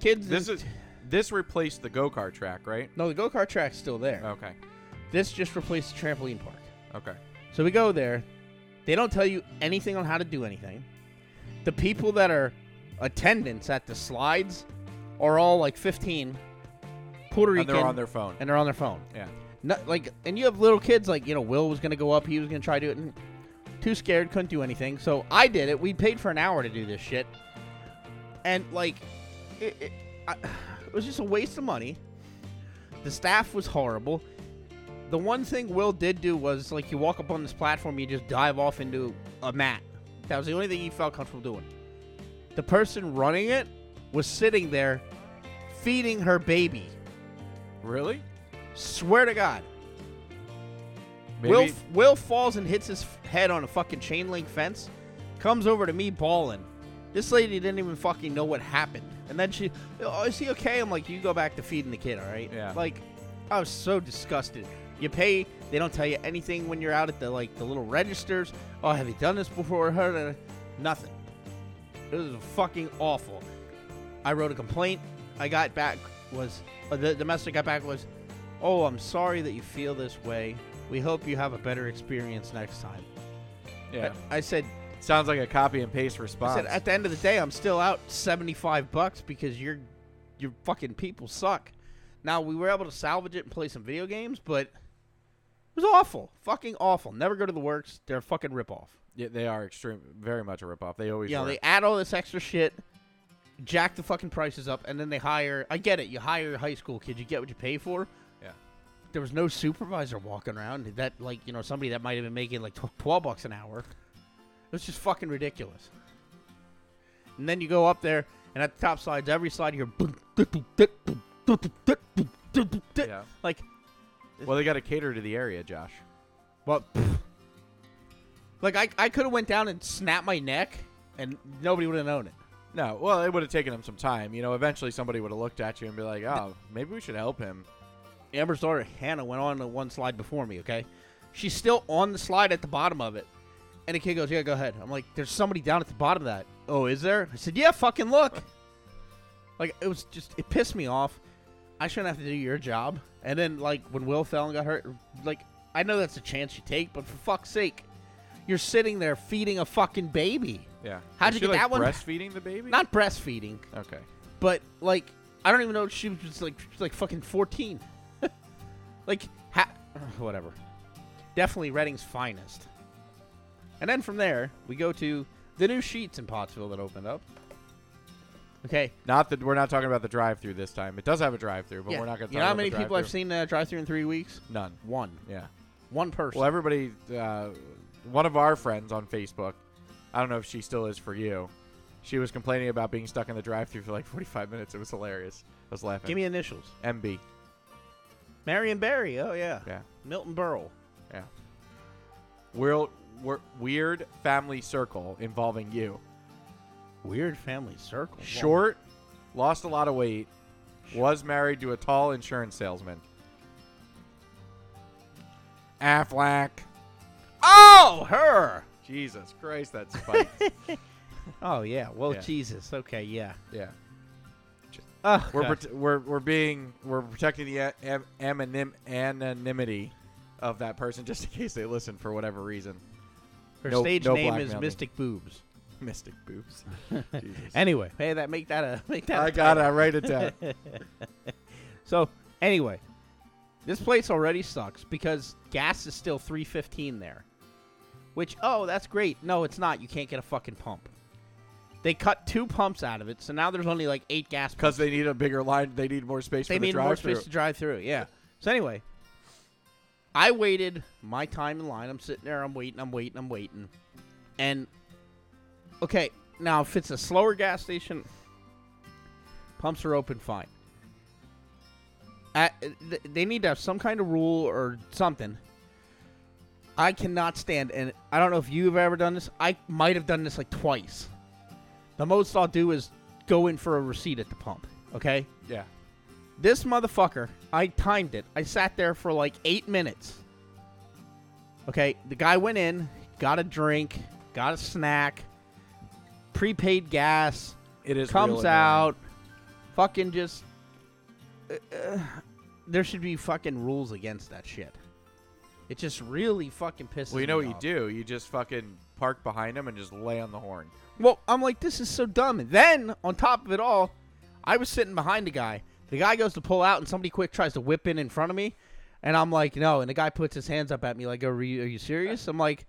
Kids,
This
and-
is this replaced the go-kart track, right?
No, the go kart track's still there.
Okay,
This just replaced the trampoline park.
okay.
So we go there. They don't tell you anything on how to do anything. The people that are attendants at the slides are all like 15, Puerto
And
Rican,
they're on their phone.
and they're on their phone.
Yeah.
No, like, and you have little kids. Like, you know, Will was gonna go up. He was gonna try to do it. And too scared, couldn't do anything. So I did it. We paid for an hour to do this shit, (sighs) and like, it, it, I, it was just a waste of money. The staff was horrible. The one thing Will did do was like you walk up on this platform, you just dive off into a mat. That was the only thing he felt comfortable doing. The person running it was sitting there feeding her baby.
Really?
Swear to God.
Maybe,
Will Will falls and hits his f- head on a fucking chain link fence. Comes over to me bawling. This lady didn't even fucking know what happened. And then she, oh, is he okay? I'm like, you go back to feeding the kid, all right?
Yeah.
Like, I was so disgusted. You pay, they don't tell you anything when you're out at the like the little registers. Oh, have you done this before? (laughs) Heard of it? Nothing. It was fucking awful. I wrote a complaint. I got back was uh, the the message I got back was, "Oh, I'm sorry that you feel this way. We hope you have a better experience next time."
yeah.
I, I said,
Sounds like a copy and paste response.
I said, at the end of the day, I'm still out 75 bucks because your your fucking people suck. Now we were able to salvage it and play some video games, but it was awful, fucking awful. Never go to the works. They're a fucking ripoff.
yeah, they are extreme, very much a ripoff. They always
You know,
were.
they add all this extra shit, jack the fucking prices up, and then they hire. I get it. You hire high school kids. You get what you pay for.
Yeah.
There was no supervisor walking around. That like you know somebody that might have been making like tw- twelve bucks an hour. It was just fucking ridiculous. And then you go up there, and at the top slides, every slide you're
Yeah.
like,
well, they got to cater to the area, Josh.
well, pff. like I I could have went down and snapped my neck, and nobody would have known it.
No, well, it would have taken them some time. You know, eventually somebody would have looked at you and be like, "Oh, maybe we should help him."
Amber's daughter Hannah went on to one slide before me, okay? She's still on the slide at the bottom of it. And the kid goes, Yeah, go ahead. I'm like, There's somebody down at the bottom of that. Oh, is there? I said, Yeah, fucking look. (laughs) like, it was just, it pissed me off. I shouldn't have to do your job. And then, like, when Will fell and got hurt, like, I know that's a chance you take, but for fuck's sake, you're sitting there feeding a fucking baby.
Yeah.
How'd
Was
you
she, like,
get that one?
Breastfeeding the baby?
Not breastfeeding,
okay.
but like I don't even know if she was just like she was, like fucking fourteen. (laughs) like ha- (sighs) whatever. Definitely Redding's finest. And then from there we go to the new sheets in Pottsville that opened up. Okay,
Not that we're not talking about the drive-through this time. It does have a drive-through, but
yeah.
we're not going to.
You know how many people I've seen uh, drive through in three weeks?
None.
One.
Yeah.
One person.
Well, everybody, uh, one of our friends on Facebook, I don't know if she still is for you. She was complaining about being stuck in the drive-through for like 45 minutes. It was hilarious. I was laughing.
Give me initials.
MB.
Marion Barry. Oh yeah.
Yeah.
Milton Berle.
Yeah. Weird, weir- weird family circle involving you.
Weird family circle. Whoa.
Short, lost a lot of weight, was married to a tall insurance salesman. Affleck.
Oh, her.
Jesus Christ, that's
(laughs)
funny.
Oh yeah. Well,
Yeah.
Jesus. Okay. Yeah.
yeah.
Oh,
We're,
God.
prote- we're we're being we're protecting the a- am- anonym- anonymity of that person just in case they listen for whatever reason.
Her
No-
stage
no
name is
blackmail me.
Mystic Boobs.
Mystic
(laughs)
boobs. Jesus.
Anyway, hey, that make that a (laughs) make that.
I
a
got it.
title.
I write it
(laughs)
down.
So anyway, this place already sucks because gas is still three fifteen there, which oh that's great. No, it's not. You can't get a fucking pump. They cut two pumps out of it, so now there's only like eight gas. pumps.
Because they need a bigger line. They need more space
They
for the
need more
drive-through.
space to drive through. Yeah. So anyway, I waited my time in line. I'm sitting there. I'm waiting. I'm waiting. I'm waiting. And okay, now if it's a slower gas station, pumps are open fine. At, th- they need to have some kind of rule or something. I cannot stand, and I don't know if you've ever done this. I might have done this like twice. The most I'll do is go in for a receipt at the pump. Okay,
yeah.
this motherfucker, I timed it. I sat there for like eight minutes. Okay, the guy went in, got a drink, got a snack, prepaid gas,
It is
comes
real annoying.
out, fucking just. uh, there should be fucking rules against that shit. It just really fucking pisses.
Well, you know
me
what you do?
off.
You just fucking park behind him and just lay on the
(clears throat)
horn.
Well, I'm like, this is so dumb. And then on top of it all, I was sitting behind the guy. The guy goes to pull out, and somebody quick tries to whip in in front of me, and I'm like, no. And the guy puts his hands up at me, like, are you, are you serious? I'm like,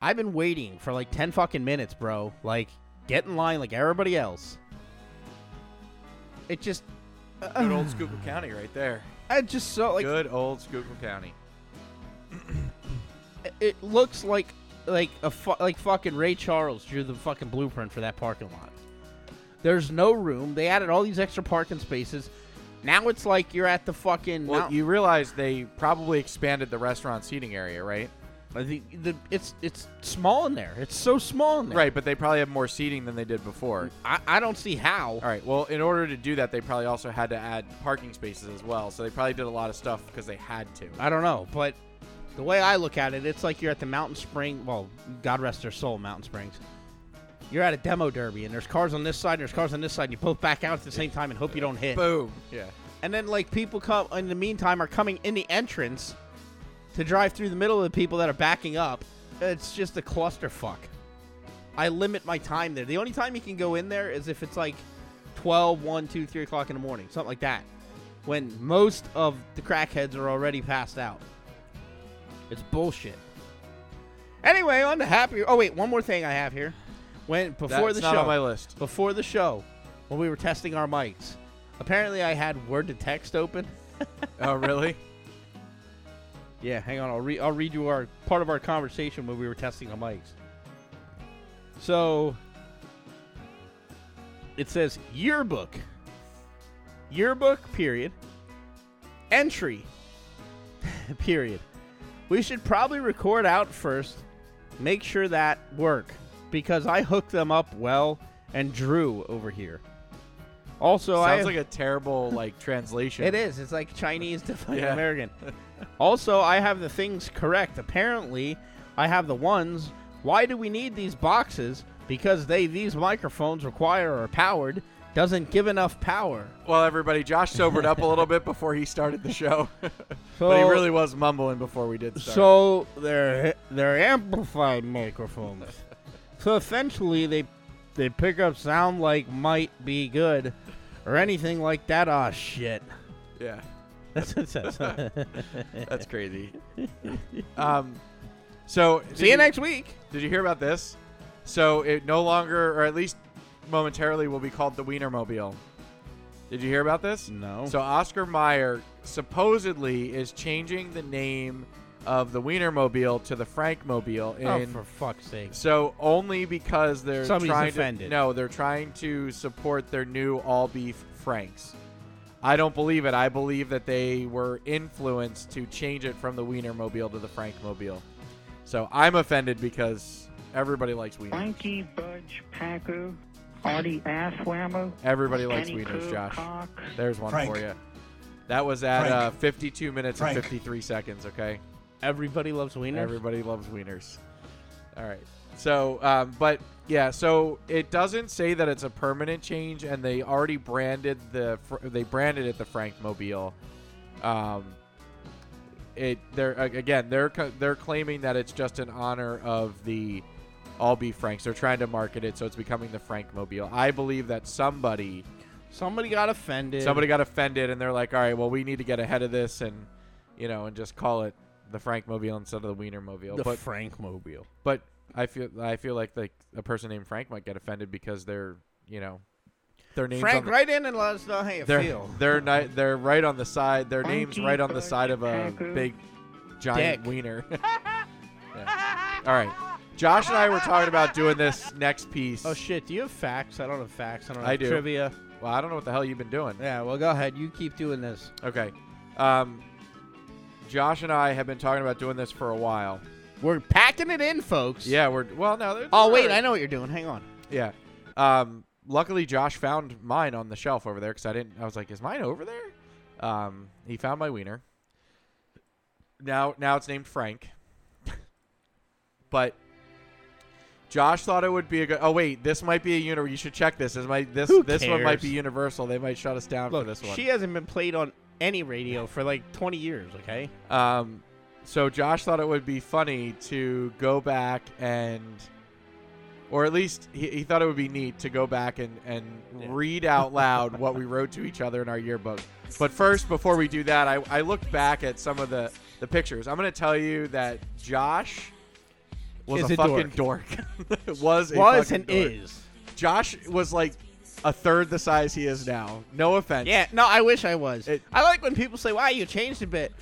I've been waiting for like ten fucking minutes, bro. Like, get in line like everybody else. It just
Good old Schuylkill County right there.
I just so like
Good old Schuylkill County.
it looks like like a fu- like fucking Ray Charles drew the fucking blueprint for that parking lot. There's no room. They added all these extra parking spaces. Now it's like you're at the fucking.
Well,
mount-
you realize they probably expanded the restaurant seating area, right?
I think the, it's it's small in there. It's so small in there.
Right, but they probably have more seating than they did before.
I, I don't see how.
All right. Well, in order to do that, they probably also had to add parking spaces as well. So they probably did a lot of stuff because they had to.
I don't know, but the way I look at it, it's like you're at the Mountain Spring. Well, God rest their soul, Mountain Springs. You're at a demo derby, and there's cars on this side, and there's cars on this side, and you both back out at the same time and hope you don't hit.
Boom. Yeah.
And then like people come in the meantime are coming in the entrance to drive through the middle of the people that are backing up. It's just a clusterfuck. I limit my time there. The only time you can go in there is if it's like 12, 1, 2, 3 o'clock in the morning, something like that. When most of the crackheads are already passed out. It's bullshit. Anyway, on to happier. Oh wait, one more thing I have here. When before
That's
the
not
show,
on my list.
before the show when we were testing our mics. Apparently, I had word to text open.
Oh,
(laughs)
really?
Yeah, hang on. I'll re- I'll read you our part of our conversation when we were testing the mics. So it says yearbook, yearbook period, entry (laughs) period. We should probably record out first. Make sure that work because I hooked them up well and Drew over here. Also, I
Sounds like a terrible
(laughs)
like translation.
it is. It's like Chinese to fucking
Yeah. (laughs)
American. also, I have the things correct. Apparently, I have the ones. Why do we need these boxes? Because they these microphones require or powered doesn't give enough power.
Well, everybody, Josh sobered up a little bit before he started the
(laughs)
show,
So
but he really was mumbling before we did start.
so they're they're amplified
(laughs)
microphones. so essentially, they they pick up sound like might be good or anything like that. Ah, shit. (laughs)
yeah,
That's what it says.
(laughs) that's crazy. (laughs) um, so did
See you next week.
Did you hear about this? So it no longer, or at least momentarily, will be called the Wienermobile. Did you hear about this?
No.
So Oscar Mayer supposedly is changing the name of the Wienermobile to the Frankmobile.
oh,
In,
for fuck's sake.
so only because they're
Somebody's
trying
offended.
to no, they're trying to support their new all beef franks. I don't believe it. I believe that they were influenced to change it from the Wienermobile to the Frankmobile. So I'm offended because everybody likes wieners.
Lanky Budge Packer, Artie Asswammer,
Everybody likes
Annie
wieners,
Crew
Josh.
Cox.
There's one
Frank.
for you. That was at
Frank.
uh, 52 minutes
Frank.
and 53 seconds. Okay.
Everybody loves wieners.
Everybody loves wieners. All right. So, um, but yeah, so it doesn't say that it's a permanent change, and they already branded the fr- they branded it the Frank Mobile. Um, it they're a- again they're co- they're claiming that it's just in honor of the all beef Franks. They're trying to market it, so it's becoming the Frank Mobile. I believe that somebody
Somebody got offended.
somebody got offended, and they're like, all right, well, we need to get ahead of this, and you know, and just call it the Frank Mobile instead of the Wiener Mobile.
the
but
Frank Mobile.
but I feel I feel like like a person named Frank might get offended because they're you know their names
Frank,
on the,
right in and let us know how you
they're
feel.
they're ni- they're right on the side their names
Monkey
right on the
butt
side of a
packer.
big giant
Dick. (laughs)
wiener. Yeah. All right, Josh and I were talking about doing this next piece.
Oh shit! Do you have facts? I don't have facts. I don't have
I do.
trivia.
well, I don't know what the hell you've been doing.
Yeah. Well, go ahead. You keep doing this.
Okay, um, Josh and I have been talking about doing this for a while.
We're packing it in, folks.
Yeah, we're well no.
Oh wait, I know what you're doing. Hang on.
Yeah. Um, luckily, Josh found mine on the shelf over there because I didn't. I was like, "Is mine over there?" Um, he found my wiener. Now, now it's named Frank. (laughs) but Josh thought it would be a good. Oh wait, this might be a universe. You should check this. This might this
Who
this one might
cares?
be universal. They might shut us down
Look,
for this one.
she hasn't been played on any radio for like 20 years. Okay.
Um, so Josh thought it would be funny to go back and, or at least he, he thought it would be neat to go back and, and read out loud what we wrote to each other in our yearbook. But first, before we do that, I, I looked back at some of the, the pictures. I'm going to tell you that Josh was
Is
a
a
fucking dork. (laughs) was a
Was
fucking
and
dork.
is.
Josh was like a third the size he is now. No offense.
Yeah, no, I wish I was.
It-
I like when people say, "Wow, you changed a bit."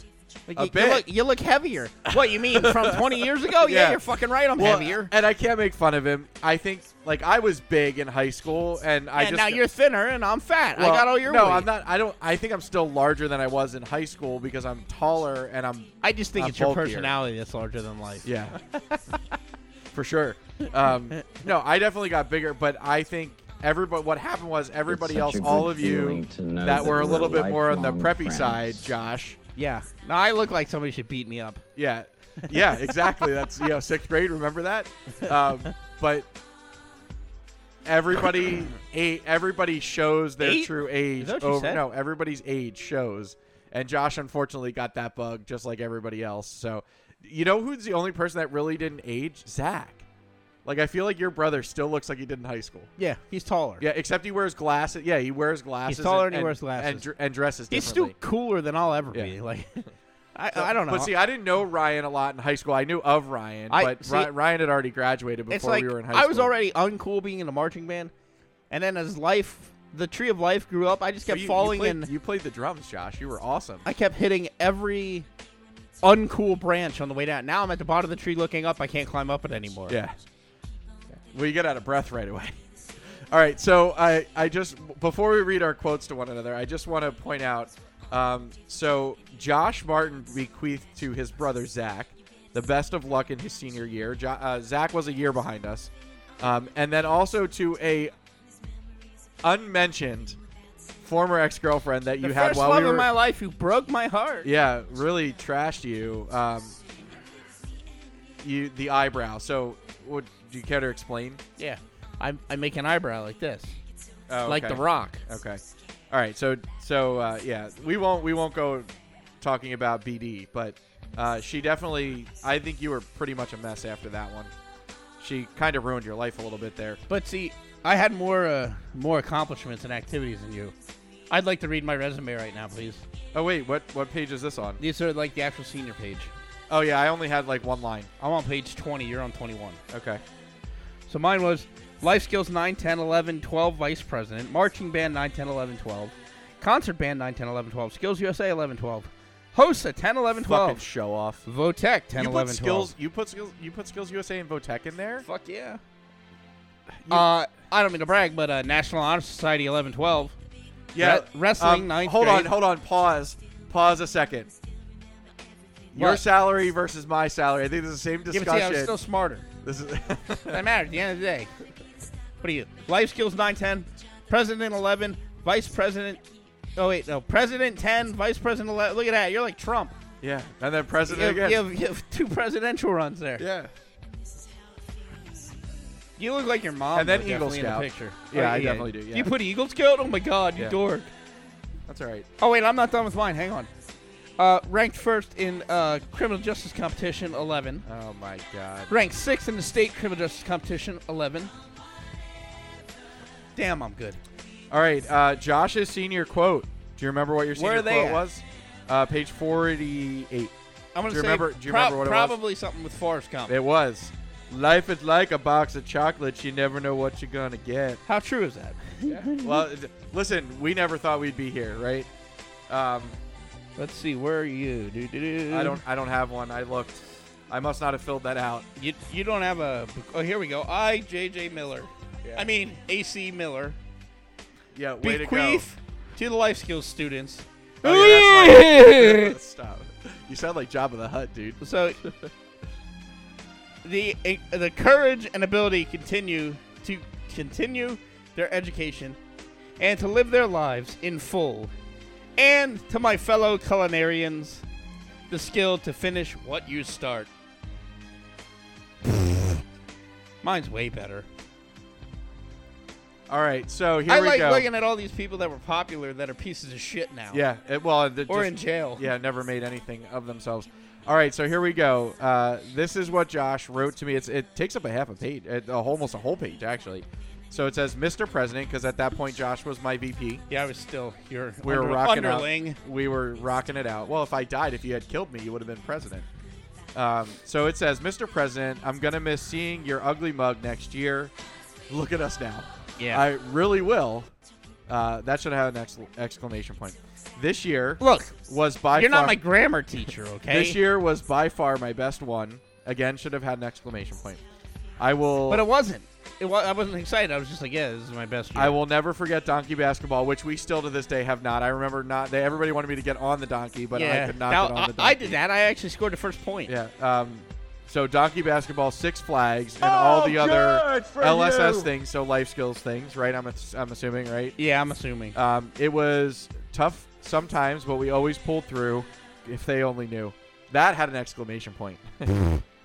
Like,
A
you,
bit.
You look, you look heavier. What you mean from 20 years ago? Yeah,
(laughs) Yeah.
you're fucking right. I'm
Well,
heavier.
and I can't make fun of him. I think like I was big in high school, and I
and
just
now you're thinner, and I'm fat.
Well,
I got all your
no,
weight.
I'm not. I don't. I think I'm still larger than I was in high school because I'm taller and I'm
I just think
I'm
it's your
bulkier.
personality that's larger than life. (laughs)
yeah, for sure. Um, no, I definitely got bigger, but I think everybody. What happened was everybody else, all of you that, were a little bit more on the preppy side, Josh.
Yeah. No, I look like somebody should beat me up.
Yeah, yeah, exactly. That's you know sixth grade. Remember that? Um, but everybody, a, everybody shows their
Eight?
true age.
Is that what you
over,
said?
No, everybody's age shows, and Josh unfortunately got that bug just like everybody else. So, you know who's the only person that really didn't age? Zach. Like I feel like your brother still looks like he did in high school.
Yeah, he's taller.
Yeah, except he wears glasses. Yeah, he wears glasses.
taller and
and,
he wears glasses.
and, dr- and dresses.
he's still
differently.
cooler than I'll ever
Yeah.
be.
(laughs)
Like, I, Uh, I don't know.
But see, I didn't know Ryan a lot in high school. I knew of Ryan,
I-
but
see-
Ry- Ryan had already graduated before
it's like
we were in high
I
school.
was already uncool being in a marching band, and then as life, the tree of life grew up. I just
So
kept
you-
falling
You played,
in.
you played the drums, Josh. You were awesome.
I kept hitting every uncool branch on the way down. Now I'm at the bottom of the tree looking up. I can't climb up it anymore.
yeah. Well, you get out of breath right away. (laughs) All right, so I, I just before we read our quotes to one another, I just want to point out. Um, so Josh Martin bequeathed to his brother Zach the best of luck in his senior year. Jo- uh, Zach was a year behind us, um, and then also to a unmentioned former ex girlfriend that
The
you had
first
while
love
we were
of my life who broke my heart.
yeah, really trashed you. Um, you the eyebrow. So, would do you care to explain?
Yeah. I, I make an eyebrow like this,
Oh,
like
okay.
the rock.
Okay. All right. So, so uh, yeah, we won't we won't go talking about BD, but uh, she definitely. I think you were pretty much a mess after that one. She kind of ruined your life a little bit there.
But see, I had more uh, more accomplishments and activities than you. I'd like to read my resume right now, please.
Oh wait, what what page is this on?
These are like the actual senior page.
Oh yeah, I only had like one line.
I'm on page 20. You're on 21.
Okay.
So mine was life skills 9, 10, 11, 12, vice president, marching band 9, 10, 11, 12, concert band 9, 10, 11, 12, skills USA 11, 12, HOSA 10, 11,
Fucking
12,
show off.
Votech 10,
you
11,
put skills. You put skills. You put skills USA and Votech in there.
12. Fuck yeah. Uh, I don't mean to brag, but uh, National Honor Society 11, 12.
Yeah, um,
Re- wrestling, ninth
Hold on,
grade.
hold on. Pause. Pause a second. Your
What?
salary versus my salary. I think this is the same
Give it to you, I
discussion.
was
(laughs)
still smarter.
this is
That matters at the end of the day. What are you? Life skills 9, 10, president 11, vice president. Oh, wait, no. President 10, vice president 11. Look at that. You're like Trump.
yeah, and then
You
president
have,
again.
you have- you have two presidential runs there.
yeah,
You look like your mom.
And then
though,
Eagle
definitely
Scout.
In the picture. Oh,
Yeah, I definitely do, yeah.
You put Eagle Scout? Oh my God, you
Yeah.
dork.
that's all right.
Oh wait, I'm not done with mine. Hang on. Uh, ranked first in uh, criminal justice competition, 11.
Oh my god.
Ranked sixth in the state criminal justice competition, 11. Damn, I'm good.
All right, uh, Josh's senior quote. Do you remember what your senior
Where are they
quote
at?
was? Uh, page forty-eight.
I'm gonna
Do you
say
remember- do you
prob-
remember what it was?
probably something with Forrest Gump.
It was. Life is like a box of chocolates. You never know what you're gonna
(laughs)
get.
How true is that?
well, d- listen, we never thought we'd be here, right? Um,
Let's see. Where are you? Doo-doo-doo.
I don't. I don't have one. I looked. I must not have filled that out.
You, you don't have a. Oh, here we go. I J J Miller.
Yeah.
I mean AC Miller.
Yeah, way
bequeath to, the life skills students.
to go. Oh,
(laughs)
(laughs) yeah, that's like- Stop. You sound like Job of the Hut, dude.
so (laughs) the eh, the courage and ability continue to continue their education and to live their lives in full. And to my fellow culinarians, the skill to finish what you start. (sighs) Mine's way better.
All right, so here
I
we
like
go.
looking at all these people that were popular that are pieces of shit now.
yeah, it, well, the,
Or
just-
in jail.
Yeah, never made anything of themselves. All right, so here we go. Uh, this is what Josh wrote to me. It's, it takes up a half a page, uh, almost a whole page actually. So it says, "Mr. President," because at that point Josh was my VP.
Yeah, I was still your
We were
under-
rocking
underling.
out. We were rocking it out. Well, if I died, if you had killed me, you would have been president. Um, so it says, Mr. President, I'm gonna miss seeing your ugly mug next year. Look at us now.
Yeah.
I really will. Uh, that should have an ex- exclamation point. This year
Look,
was by
you're
far
not my grammar teacher, okay?
this year was by far my best one. Again, should have had an exclamation point. I will.
but it wasn't. It wa- I wasn't excited. I was just like, yeah, this is my best year.
I will never forget donkey basketball, which we still to this day have not. I remember not. They everybody wanted me to get on the donkey, but
yeah.
I could not
Now,
get on the donkey.
I, I did that. I actually scored the first point.
Yeah. Um, so donkey basketball, Six Flags,
Oh,
and all the other LSS things, so life skills things, right? I'm ass- I'm assuming, right?
Yeah, I'm assuming.
Um, it was tough sometimes, but we always pulled through. If they only knew. That had an exclamation point.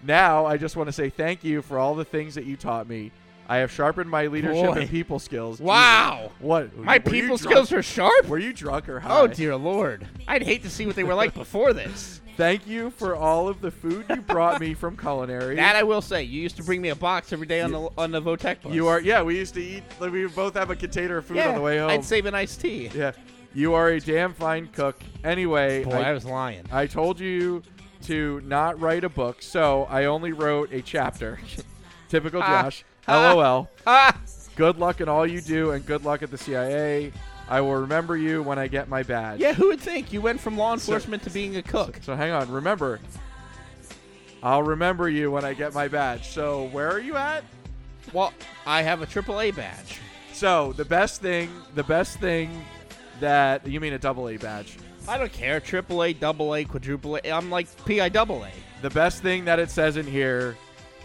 now I just want to say thank you for all the things that you taught me. I have sharpened my leadership
Boy.
and people skills.
Wow.
What?
My
were you
people
drunk?
skills are sharp.
Were you drunk or high?
Oh dear lord. I'd hate to see what they were like before
(laughs)
this.
Thank you for all of the food you brought me from culinary.
That I will say. You used to bring me a box every day on the on the Votech
(laughs)
bus.
you are yeah. We used to eat. Like, we would both have a container of food
yeah,
on the way home.
I'd save an iced tea.
yeah. You are a damn fine cook. Anyway,
Boy, I,
I,
was lying.
I told you to not write a book, so I only wrote a chapter. (laughs) Typical
Ah. (laughs)
Josh.
Ah.
LOL.
ah,
Good luck in all you do, and good luck at the CIA. I will remember you when I get my badge.
yeah. Who would think you went from law enforcement to being a cook?
So hang on. Remember, I'll remember you when I get my badge. So where are you at?
Well, I have a AAA badge.
So the best thing, the best thing that you mean a double A badge.
I don't care. AAA, double A, quadruple A. I'm like PI double A.
The best thing that it says in here,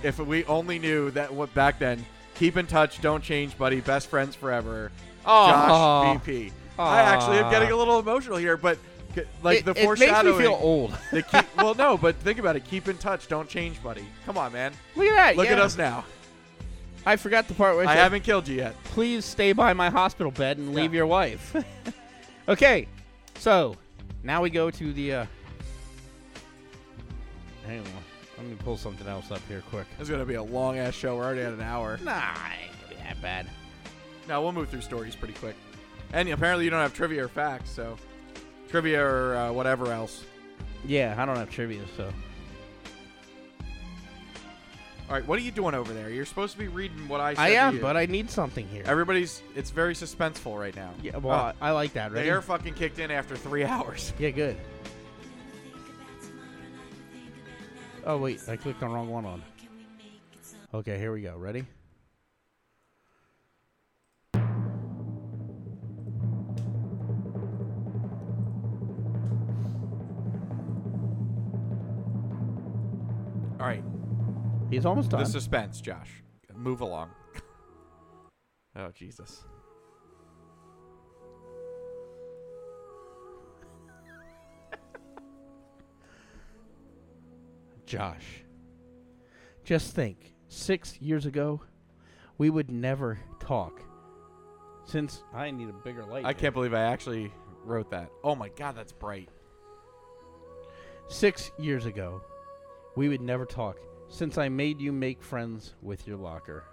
if we only knew that what back then. Keep in touch, don't change, buddy. Best friends forever.
Aw. Oh.
Josh BP. I actually am
Aw.
getting a little emotional here, but c- like
it,
the
it makes
foreshadowing.
me feel old.
the keep, (laughs) well, no, but think about it. Keep in touch, don't change, buddy. Come on, man.
Look at that.
Look at
yeah.
us now.
I forgot the part where
I
said-
haven't killed you yet.
please stay by my hospital bed and leave your wife. (laughs) okay, so now we go to the. Uh, hang on, let me pull something else up here quick. (laughs)
It's gonna be a long ass show. We're already at an hour.
Nah, it ain't gonna be that bad.
No, we'll move through stories pretty quick. And apparently, you don't have trivia or facts, so trivia or uh, whatever else.
Yeah, I don't have trivia, so
All right, what are you doing over there? You're supposed to be reading what I said.
I
to
am,
you.
but I need something here.
everybody's. It's very suspenseful right now. Uh,
yeah, well, I I like that.
the
Ready?
air fucking kicked in after three (laughs) hours.
yeah, good. Oh wait, I clicked the wrong one on. Okay, here we go. Ready?
All right,
He's almost done.
the suspense, Josh. Move along. (laughs) oh Jesus.
Josh, just think six years ago, we would never talk. Since I need a bigger light.
I can't believe I actually wrote that. Oh my god, that's bright.
Six years ago, we would never talk. Since I made you make friends with your locker.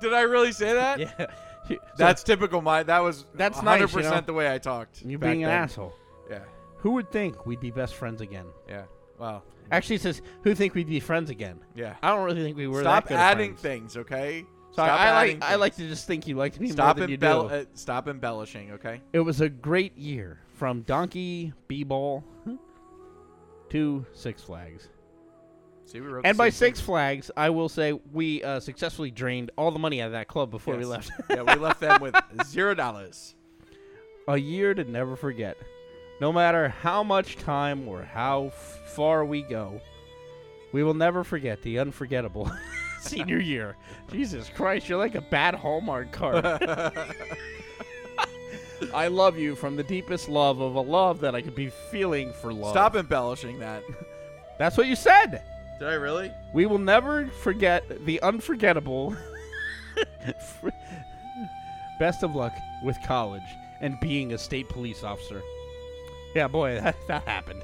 Did I really say that?
(laughs) Yeah, So,
That's typical. My that was
That's
that's
nice,
hundred
you
percent
know?
the way I talked.
you
back
being an
then.
asshole.
Yeah,
Who would think we'd be best friends again?
yeah. Well,
Actually, it says who think we'd be friends again.
yeah.
I don't really think we were.
Stop
that good of
adding
friends.
things, okay?
Sorry,
Stop
I
adding
like I
things.
like to just think you liked me
Stop
more than you
embell-
do.
uh, stop embellishing, okay?
It was a great year from Donkey B Ball to Six Flags.
See, we wrote
And
the
by
same
Six Flags, I will say we uh, successfully drained all the money out of that club before we
Yes.
left. (laughs)
thing. (laughs) yeah, we left them with zero dollars.
a year to never forget. No matter how much time or how f- far we go, we will never forget the unforgettable (laughs) senior year. Jesus Christ, you're like a bad Hallmark card. (laughs) I love you from the deepest love of a love that I could be feeling for love.
Stop embellishing
(laughs)
that.
That's what you said.
Did I really?
We will never forget the unforgettable. (laughs) Best of luck with college and being a state police officer. Yeah, boy, (laughs) that, that happened.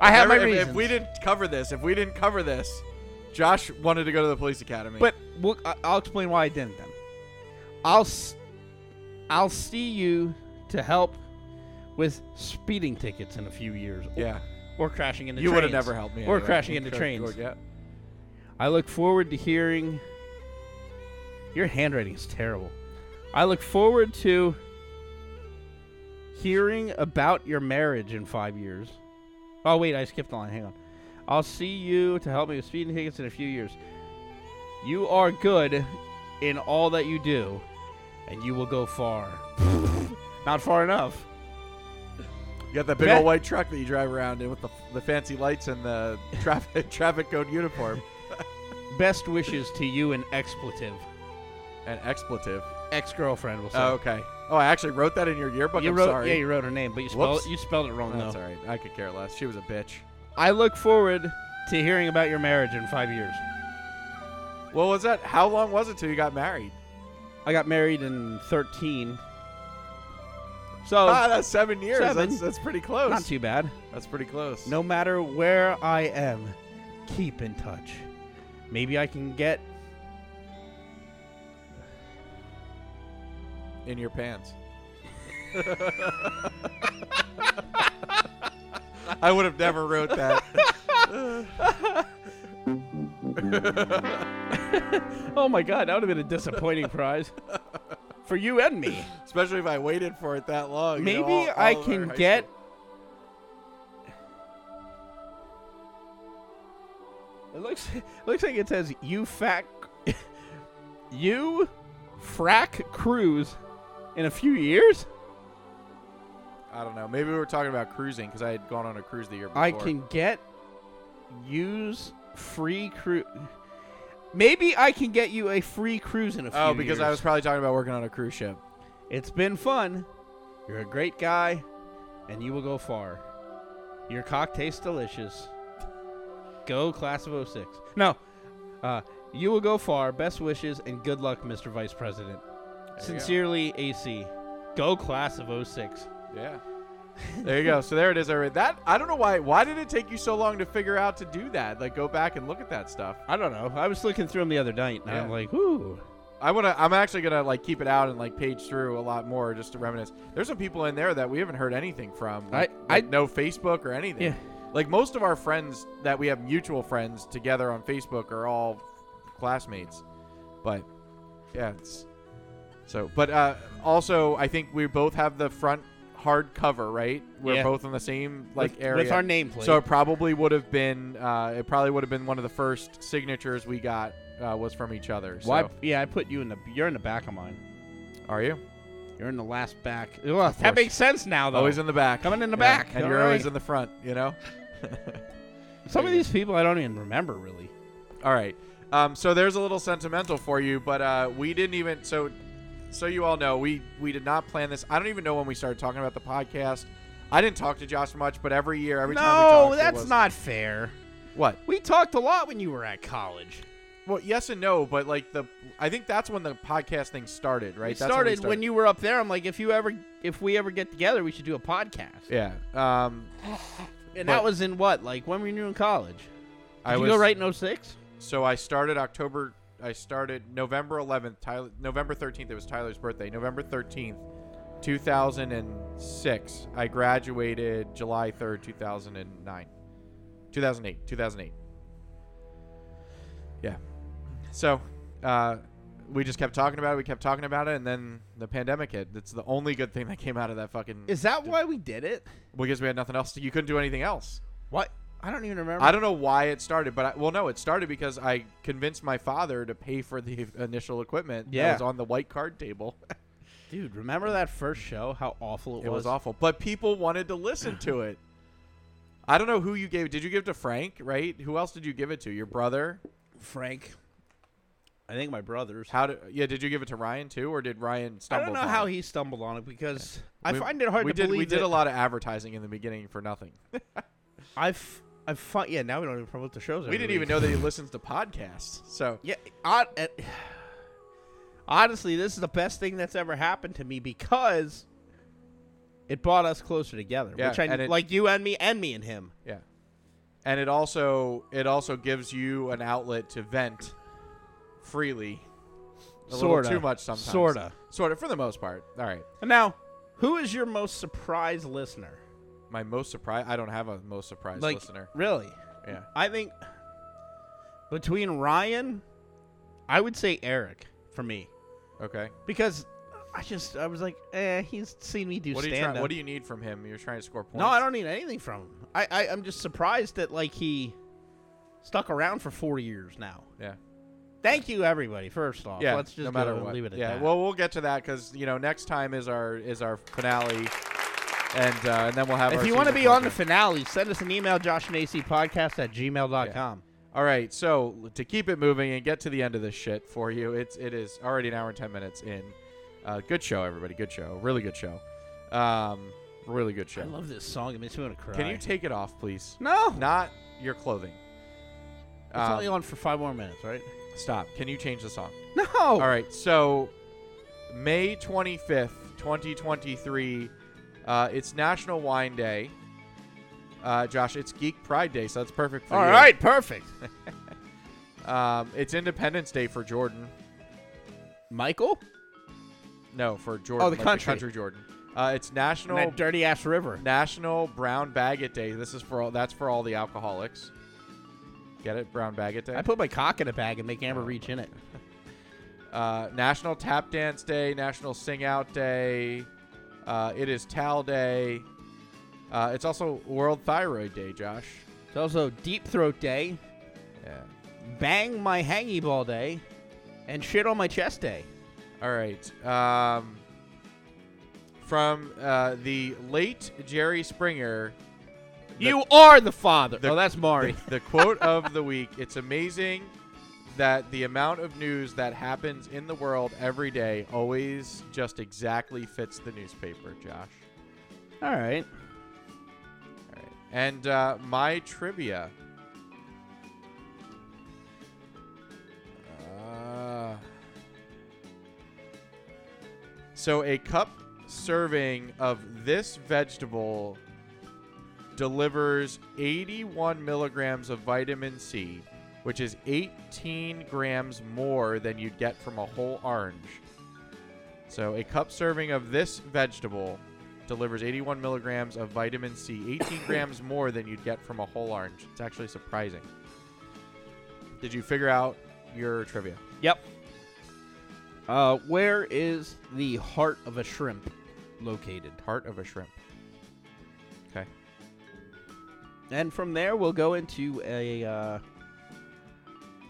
I have my
Remember, if,
reasons.
if we didn't cover this, if we didn't cover this, Josh wanted to go to the police academy.
but we'll, I- I'll explain why I didn't then. I'll s- I'll see you to help with speeding tickets in a few years. or-
yeah,
Or, crashing into
you would
trains.
have never helped me.
Or
anyway.
crashing into
Sure,
trains.
Yeah.
I look forward to hearing Your handwriting is terrible. I look forward to hearing about your marriage in five years. Oh wait, I skipped a line. Hang on. I'll see you to help me with speeding tickets in a few years. You are good in all that you do, and you will go far. (laughs) Not far enough.
You got that big
Bet-
old white truck that you drive around in with the, the fancy lights and
(laughs)
the traffic traffic code uniform.
Best wishes to you and expletive.
An expletive.
Ex girlfriend will say.
Oh, okay. Oh, I actually wrote that in your yearbook.
you
I'm
wrote,
sorry.
yeah, you wrote her name, but you spelled
Whoops.
you spelled it wrong.
Oh, That's
though.
all right. I could care less. She was a bitch.
I look forward to hearing about your marriage in five years.
Well, was that? How long was it till you got married?
I got married in thirteen, so
ah, that's seven years.
Oh. seven.
That's that's pretty close.
not too bad.
That's pretty close.
No matter where I am, keep in touch. Maybe I can get
in your
(laughs)
pants. (laughs) I would have never wrote that. (laughs)
Oh my god, that would have been a disappointing prize for you and me.
Especially if I waited for it that long. you
Maybe
know, all-
I
all of our
can
high
get.
school-
It looks (laughs) it looks like it says you fac (laughs) you frack cruise in a few years.
I don't know. Maybe we were talking about cruising because I had gone on a cruise the year before.
I can get use free cruise. Maybe I can get you a free cruise in a few
Oh, because I
years.
was probably talking about working on a cruise ship.
It's been fun. You're a great guy, and you will go far. Your cock tastes delicious. Go, class of 06. No, uh, you will go far. Best wishes and good luck, Mr. Vice President. Sincerely, AC. Go, class of 06. (laughs)
Yeah. there you go. So there it is. I read that. I don't know why. Why did it take you so long to figure out to do that? Like go back and look at that stuff.
I don't know. I was looking through them the other night, and I'm
Yeah.
like, ooh.
I want to. I'm actually gonna like keep it out and like page through a lot more just to reminisce. There's some people in there that we haven't heard anything from. Like,
I-
like,
I-
no Facebook or anything.
Yeah.
Like most of our friends that we have mutual friends together on Facebook are all classmates, but yeah, it's so. But uh, also, I think we both have the front hard cover, right? We're
Yeah.
both on the same like
with,
area.
With our nameplate.
So it probably would have been uh, it probably would have been one of the first signatures we got uh, was from each other. So.
Why? Yeah, I put you in the. You're in the back of mine.
are you
You're in the last back. Ugh,
course.
that makes sense now, though.
always in the back?
Oh. Coming in the
Yeah,
back.
and
All
you're always
right.
in the front. You know.
Some of these people I don't even remember really.
All right. Um, so there's a little sentimental for you, but uh, we didn't even so so you all know we we did not plan this. I don't even know when we started talking about the podcast. I didn't talk to Josh much, but every year, every time we
no,
talked, it
that's
was-
not fair.
what.
We talked a lot when you were at college.
Well, yes and no, but like the I think that's when the podcast thing started, right?
It
That's
started,
we
when you were up there. I'm like, if you ever, if we ever get together, we should do a podcast.
yeah. Um, but-
and that was in what, like, when were you in college? Did
I
you
was
go right in 06?
So I started October. I started November 11th. Tyler, November 13th. It was Tyler's birthday. November 13th, 2006. I graduated July 3rd, 2009, 2008, 2008. Yeah. So, uh, we just kept talking about it. We kept talking about it, and then the pandemic hit. That's the only good thing that came out of that fucking.
Is that why we did it?
well, because we had nothing else. To, you couldn't do anything else.
What? I don't even remember.
I don't know why it started, but I, well, no, it started because I convinced my father to pay for the (laughs) initial equipment that
Yeah.
was on the white card table. (laughs)
Dude, remember that first show? How awful it,
it was awful, but people wanted to listen to it. I don't know who you gave. Did you give it to Frank? Right? Who else did you give it to? Your brother?
Frank. I think my brothers.
How did? Yeah, did you give it to Ryan too, or did Ryan
I
stumble?
don't know
upon
how
it?
he stumbled on it because I
We-
find it hard
we
to
did,
believe
We did
that-
a lot of advertising in the beginning for nothing.
(laughs) I've I've fi- yeah. Now we don't even promote the shows.
we didn't even know that he listens to podcasts. So
Yeah, I, uh, honestly, this is the best thing that's ever happened to me because it brought us closer together.
Yeah,
which I
and it-
like you and me and me and him.
Yeah. And it also it also gives you an outlet to vent freely. A
Sorta.
little too much sometimes.
Sorta.
Sorta for the most part. All right.
And now, who is your most surprised listener?
My most surprise I don't have a most surprised
like
listener.
really?
Yeah.
I think between Ryan, I would say Eric for me
Okay.
because I just I was like, eh, he's seen me do
What do you
stand
try,
up.
What do you need from him? You're trying to score points.
No, I don't need anything from him. I, I I'm just surprised that like he stuck around for four years now.
Yeah.
Thank you everybody. First off,
Yeah.
let's just
no matter
go and
what.
leave it at
yeah.
that.
Well, we'll get to that because you know next time is our is our finale, and uh, and then we'll have.
if
our
you want to
season
be on the
conclusion.
finale, send us an email, Josh and AC podcast at gmail.com.
All right. So to keep it moving and get to the end of this shit for you, it's it is already an hour and ten minutes in. Uh, good show, everybody. Good show. Really good show. Um, really good show.
I love this song. It makes me want to cry.
Can you take it off, please?
no?
Not your clothing. Um,
It's only on for five more minutes, right?
Stop. Can you change the song?
No.
All right. So, May 25th, 2023, uh, it's National Wine Day. Uh, Josh, it's Geek Pride Day, so that's perfect for
All
you.
right, perfect.
Um, it's Independence Day for Jordan.
Michael?
No, for Jordan.
Oh, the
like
country.
country Jordan. Uh, it's National
that dirty ass
(laughs)
river.
National Brown Baguette Day. This is for all. That's for all the alcoholics. Get it, Brown Baguette Day.
I put my cock in a bag and make Amber reach in it.
uh, National Tap Dance Day, National Sing Out Day. Uh, it is Towel Day. Uh, it's also World Thyroid Day, Josh.
It's also Deep Throat Day,
Yeah.
Bang My Hangy Ball Day, and Shit on My Chest Day.
All right. Um, from uh, the late Jerry Springer, The-
you are the father.
the-
oh, that's Mari.
the, (laughs) the quote of the week it's amazing that the amount of news that happens in the world every day always just exactly fits the newspaper, Josh.
(laughs) All right.
All right. And uh, my trivia. Uh, so a cup serving of this vegetable delivers 81 milligrams of vitamin C, which is 18 grams more than you'd get from a whole orange. So a cup serving of this vegetable delivers 81 milligrams of vitamin C, (coughs) 18 grams more than you'd get from a whole orange. It's actually surprising. Did you figure out your trivia?
Yep. Uh, where is the heart of a shrimp located?
Heart of a shrimp. Okay.
And from there, we'll go into a. Uh,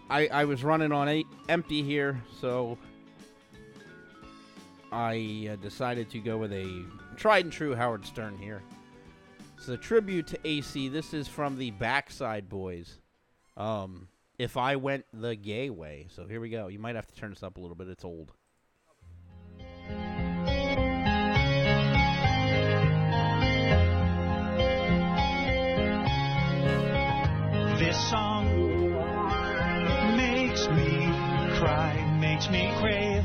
I I was running on eight, empty here, so I uh, decided to go with a tried and true Howard Stern here. So the tribute to AC. This is from the Backside Boys. Um, if I went the gay way. So here we go. You might have to turn this up a little bit. It's old.
This song makes me cry, makes me crave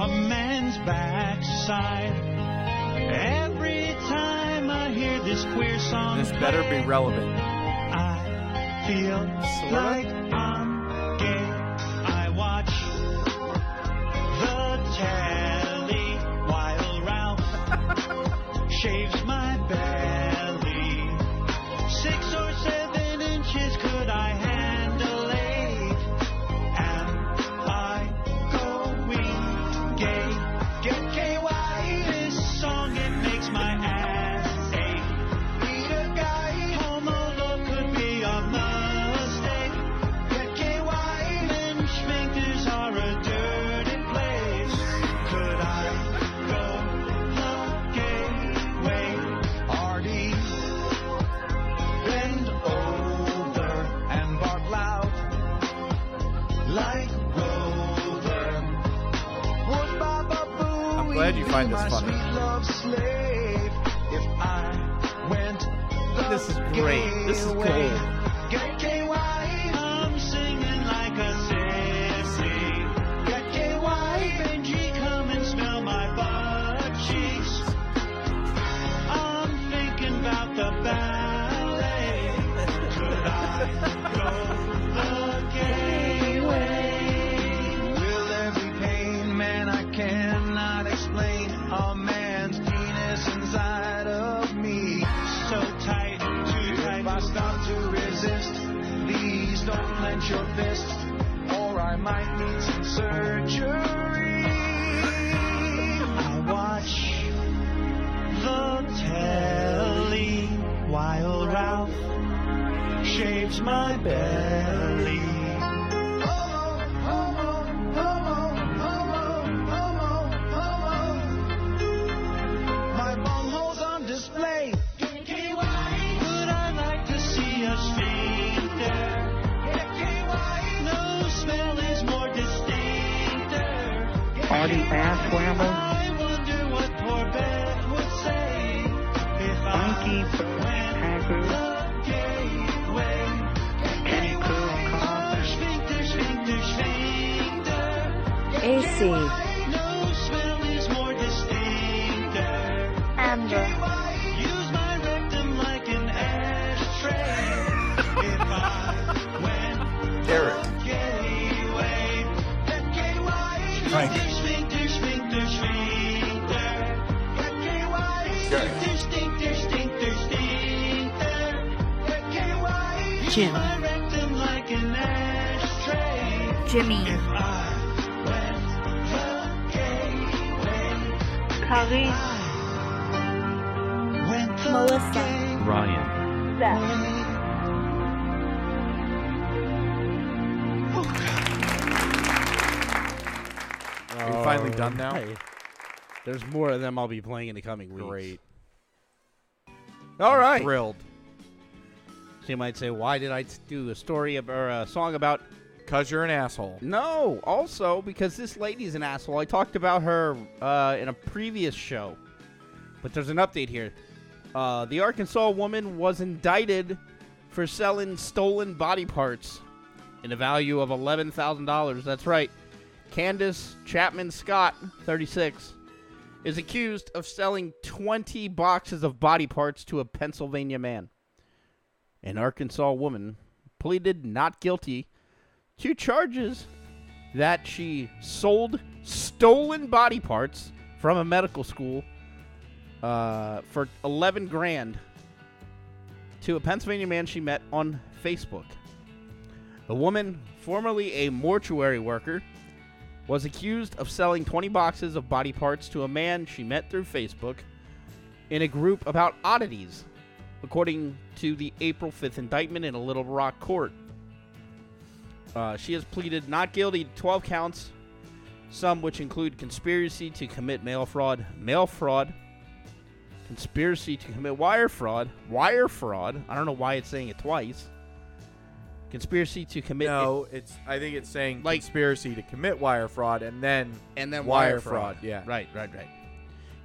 a man's backside. Every time I hear this queer song,
This better be relevant.
I feel like I'm gay. I watch the telly while Ralph shaves my belly. Six or seven inches could I handle eight? Am I going gay? Get gay, why this song? It makes my ass ache. Need a guy, homo look could be a mistake. Get gay, why men schminkers are a dirty place? Could I go the gay way? Artie bend over and bark loud like Rover. Would Baba Booey
I'm glad you
be
find this
my
funny.
sweet love slave if I went the
This is great.
gay
This is
way?
gold.
Get gay, why I'm singing like a sissy. Get gay, why Benji come and smell my butt cheeks. I'm thinking about the ballet. Could I go the gay way? Will every pain, man, I cannot explain a man's penis inside of me. So tight, too tight. If I start to resist, please don't clench your fist, or I might need some surgery. my belly. Homo, homo, homo, homo, homo, homo. My bunghole's on display. Would I like to see us feed there? No smell is more distinct there.
Artie Ass Whammer,
I wonder what poor Ben would say if
Funky
I
Packer,
gateway.
Kenny Curl
Oh, sphincter, sphincter, sphincter.
AC,
No smell is more distincter.
Amber,
Use my rectum like an ashtray. if I went
Eric.
gateway, the KY.
Frank.
Sphincter, sphincter, sphincter. The KY.
Gary.
Sphincter, sphincter, sphincter, sphincter. The KY. Use
Jim.
my rectum like an ashtray.
Jimmy, Carrie, Melissa,
Ryan.
Seth.
Are you finally done now?
Alright. There's more of them I'll be playing in the coming weeks.
Great.
All right.
Thrilled.
So you might say, why did I t- do a story ab- or a song about?
Cause you're an asshole.
No. Also, because this lady's an asshole. I talked about her uh, in a previous show, but there's an update here. Uh, the Arkansas woman was indicted for selling stolen body parts in a value of eleven thousand dollars. That's right. Candace Chapman Scott, 36, is accused of selling 20 boxes of body parts to a Pennsylvania man. An Arkansas woman pleaded not guilty to charges that she sold stolen body parts from a medical school uh, for 11 grand to a Pennsylvania man she met on Facebook. The woman, formerly a mortuary worker, was accused of selling 20 boxes of body parts to a man she met through Facebook in a group about oddities, according to the April 5th indictment in a Little Rock court. Uh, she has pleaded not guilty to 12 counts, some which include conspiracy to commit mail fraud, mail fraud, conspiracy to commit wire fraud, wire fraud. I don't know why it's saying it twice. Conspiracy to commit
No, it's. I think it's saying
Like-
conspiracy to commit wire fraud and then
and then
wire fraud, yeah.
right, right, right.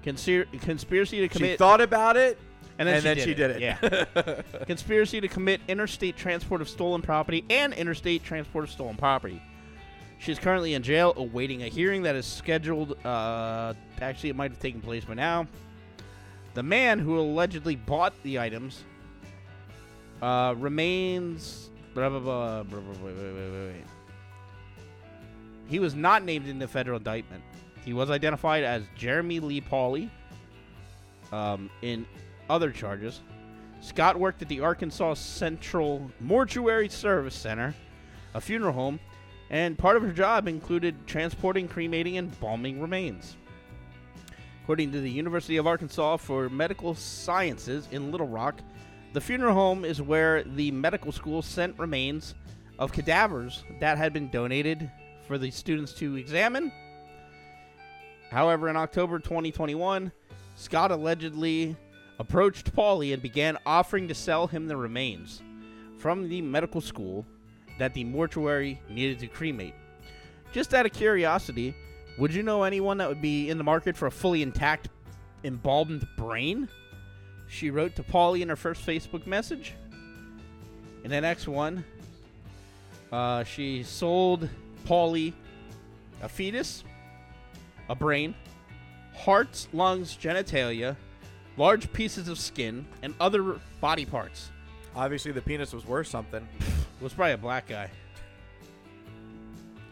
Conspir- conspiracy to commit
she thought about it
and then,
and then she did it.
Yeah. conspiracy to commit interstate transport of stolen property and interstate transport of stolen property. She's currently in jail awaiting a hearing that is scheduled. Uh, actually, it might have taken place by now. The man who allegedly bought the items uh, remains. Blah, blah, blah, blah, blah, blah, blah, blah, blah. He was not named in the federal indictment. He was identified as Jeremy Lee Pauley um, in other charges. Scott worked at the Arkansas Central Mortuary Service Center, a funeral home, and part of her job included transporting, cremating, and embalming remains. According to the University of Arkansas for Medical Sciences in Little Rock, the funeral home is where the medical school sent remains of cadavers that had been donated for the students to examine. However, in October 2021, Scott allegedly approached Paulie and began offering to sell him the remains from the medical school that the mortuary needed to cremate. Just out of curiosity, would you know anyone that would be in the market for a fully intact, embalmed brain? She wrote to Paulie in her first Facebook message. In the next one, uh, she sold Paulie a fetus, a brain, hearts, lungs, genitalia, large pieces of skin, and other body parts.
(laughs) Obviously, the penis was worth something.
It was probably a black guy.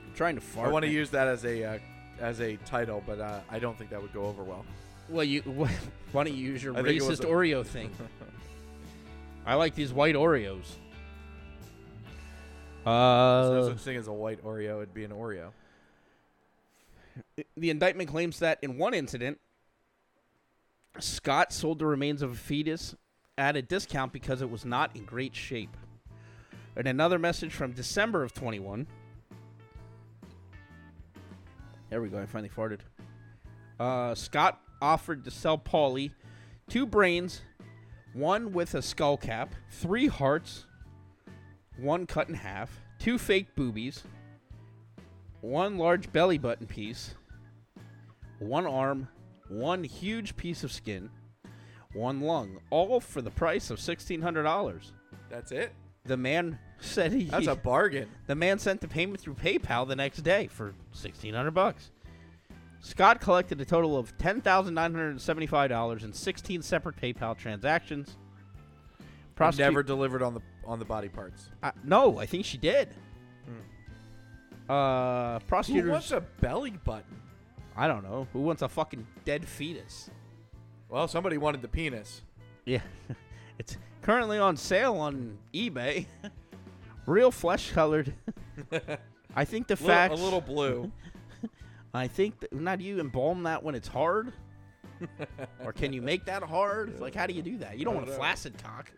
I'm trying to fart.
I want to
man.
use that as a uh, as a title, but uh, I don't think that would go over well.
Well, you (laughs) why don't you use your
I think it was
racist
a- (laughs)
Oreo thing? I like these white Oreos.
There's
Uh,
no such thing as a white Oreo. It'd be an Oreo.
the indictment claims that in one incident, Scott sold the remains of a fetus at a discount because it was not in great shape. And another message from December of 21. There we go. I finally farted. Uh, Scott offered to sell Paulie two brains, one with a skull cap, three hearts, one cut in half, two fake boobies, one large belly button piece, one arm, one huge piece of skin, one lung, all for the price of sixteen hundred dollars.
That's it.
The man (laughs) said he.
That's a bargain.
The man sent the payment through PayPal the next day for sixteen hundred bucks. Scott collected a total of ten thousand nine hundred and seventy-five dollars in sixteen separate PayPal transactions. Prosecu-
Never delivered on the on the body parts.
I- no, I think she did. Uh, prosecutors.
Who wants a belly button?
I don't know. Who wants a fucking dead fetus?
Well, somebody wanted the penis.
Yeah. (laughs) it's currently on sale on eBay. (laughs) Real
(laughs)
flesh colored. I think the
Little-
facts.
a little blue.
(laughs) I think that, not you embalm that when
(laughs)
it's hard. or can you make that hard? It's Like, how do you do that? You don't want a flaccid
(laughs)
cock.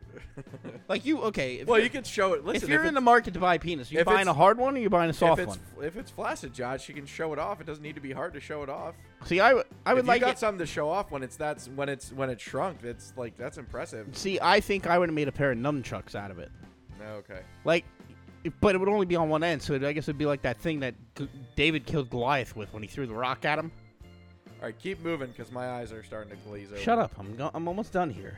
Like you, okay. If
well,
you're,
you can show it. Listen,
if you're in the
it's-
market to buy a penis, you
if
buying
it's-
a hard one or you buying a soft
if it's,
one?
If it's flaccid, Josh, you can show it off. It doesn't need to be hard to show it off.
See, I, w- I would
if
like
you got
it-
something to show off when it's that's when it's when it's shrunk. That's like that's impressive.
See, I think I would have made a pair of nunchucks out of it.
No, okay.
Like, but it would only be on one end, so I guess it'd be like that thing that G- David killed Goliath with when he threw the rock at him.
All right, keep moving because my eyes are starting to glaze over.
Shut up! I'm go- I'm almost done here.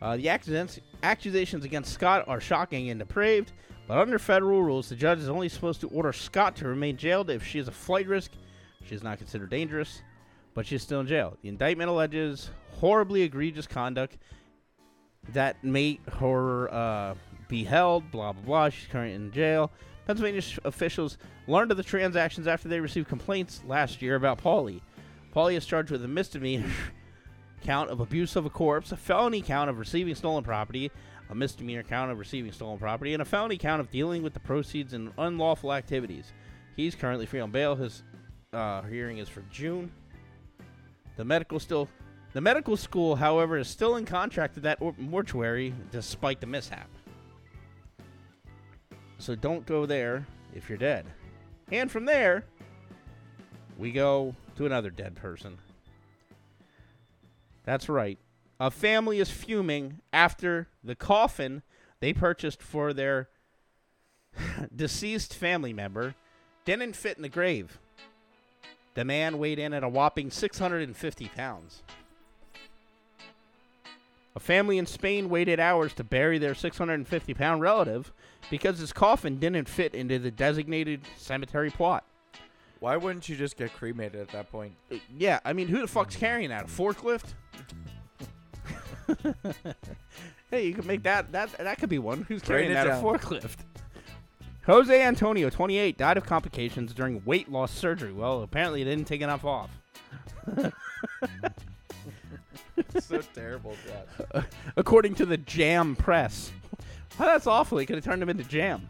Uh, the accidents- accusations against Scott are shocking and depraved, but under federal rules, the judge is only supposed to order Scott to remain jailed if she is a flight risk. She is not considered dangerous, but she is still in jail. The indictment alleges horribly egregious conduct that made her uh, be held. Blah blah blah. She's currently in jail. Pennsylvania sh- officials learned of the transactions after they received complaints last year about Paulie. Paulie is charged with a misdemeanor (laughs) count of abuse of a corpse, a felony count of receiving stolen property, a misdemeanor count of receiving stolen property, and a felony count of dealing with the proceeds in unlawful activities. He's currently free on bail. His uh, hearing is for June. The medical still, the medical school, however, is still in contract with that or- mortuary despite the mishap. So don't go there if you're dead. And from there, we go to another dead person. That's right. A family is fuming after the coffin they purchased for their (sighs) deceased family member didn't fit in the grave. The man weighed in at a whopping 650 pounds. A family in Spain waited hours to bury their 650 pound relative because his coffin didn't fit into the designated cemetery plot.
Why wouldn't you just get cremated at that point?
Yeah, I mean, who the fuck's carrying that?
(laughs)
A forklift? hey, you can make that that that could be one. Who's
Bring
carrying
it
that?
down.
A forklift. Jose Antonio, 28, died of complications during weight loss surgery. Well, apparently he didn't take enough off.
It's so (laughs) terrible, Josh.
according to the Jam Press. (laughs) Oh, that's awful. He could have turned him into jam.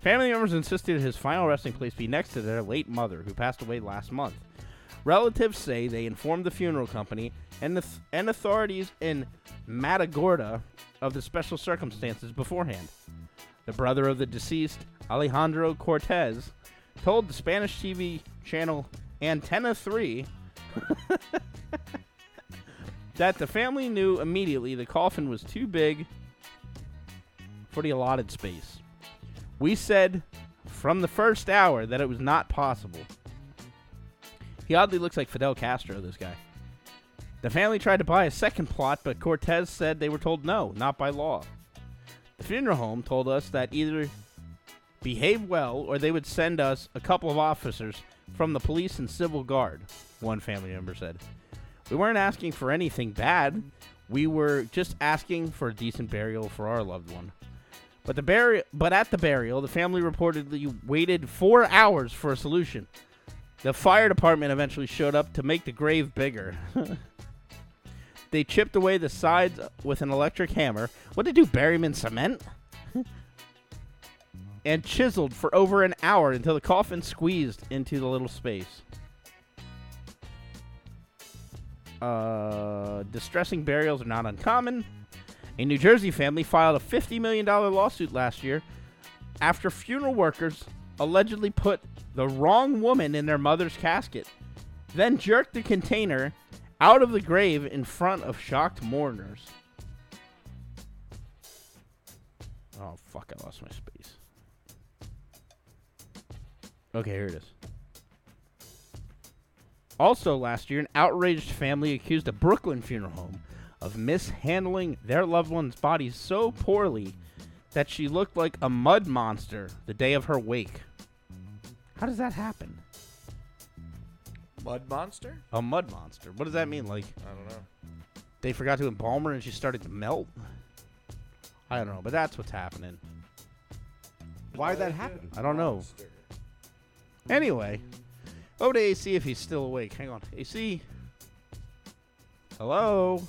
Family members insisted his final resting place be next to their late mother, who passed away last month. Relatives say they informed the funeral company and the and authorities in Matagorda of the special circumstances beforehand. The brother of the deceased, Alejandro Cortez, told the Spanish TV channel Antenna 3 that the family knew immediately the coffin was too big for the allotted space. We said from the first hour that it was not possible. He oddly looks like Fidel Castro, this guy. The family tried to buy a second plot, but Cortez said they were told no, not by law. The funeral home told us that either behave well or they would send us a couple of officers from the police and civil guard, one family member said. We weren't asking for anything bad. We were just asking for a decent burial for our loved one. But the burial, but at the burial, the family reportedly waited four hours for a solution. The fire department eventually showed up to make the grave bigger. (laughs) they chipped away the sides with an electric hammer. What did they do? Bury him in cement? (laughs) and chiseled for over an hour until the coffin squeezed into the little space. Uh, distressing burials are not uncommon. A New Jersey family filed a $50 million lawsuit last year after funeral workers allegedly put the wrong woman in their mother's casket, then jerked the container out of the grave in front of shocked mourners. Oh, fuck, I lost my space. Okay, here it is. Also, last year, an outraged family accused a Brooklyn funeral home of mishandling their loved one's body so poorly that she looked like a mud monster the day of her wake. How does that happen?
Mud monster?
A mud monster. What does that mean? Like
I don't know.
they forgot to embalm her and she started to melt? I don't know, but that's what's happening.
Why'd that happen?
I don't know. Anyway, over to AC if he's still awake. Hang on. AC. Hello.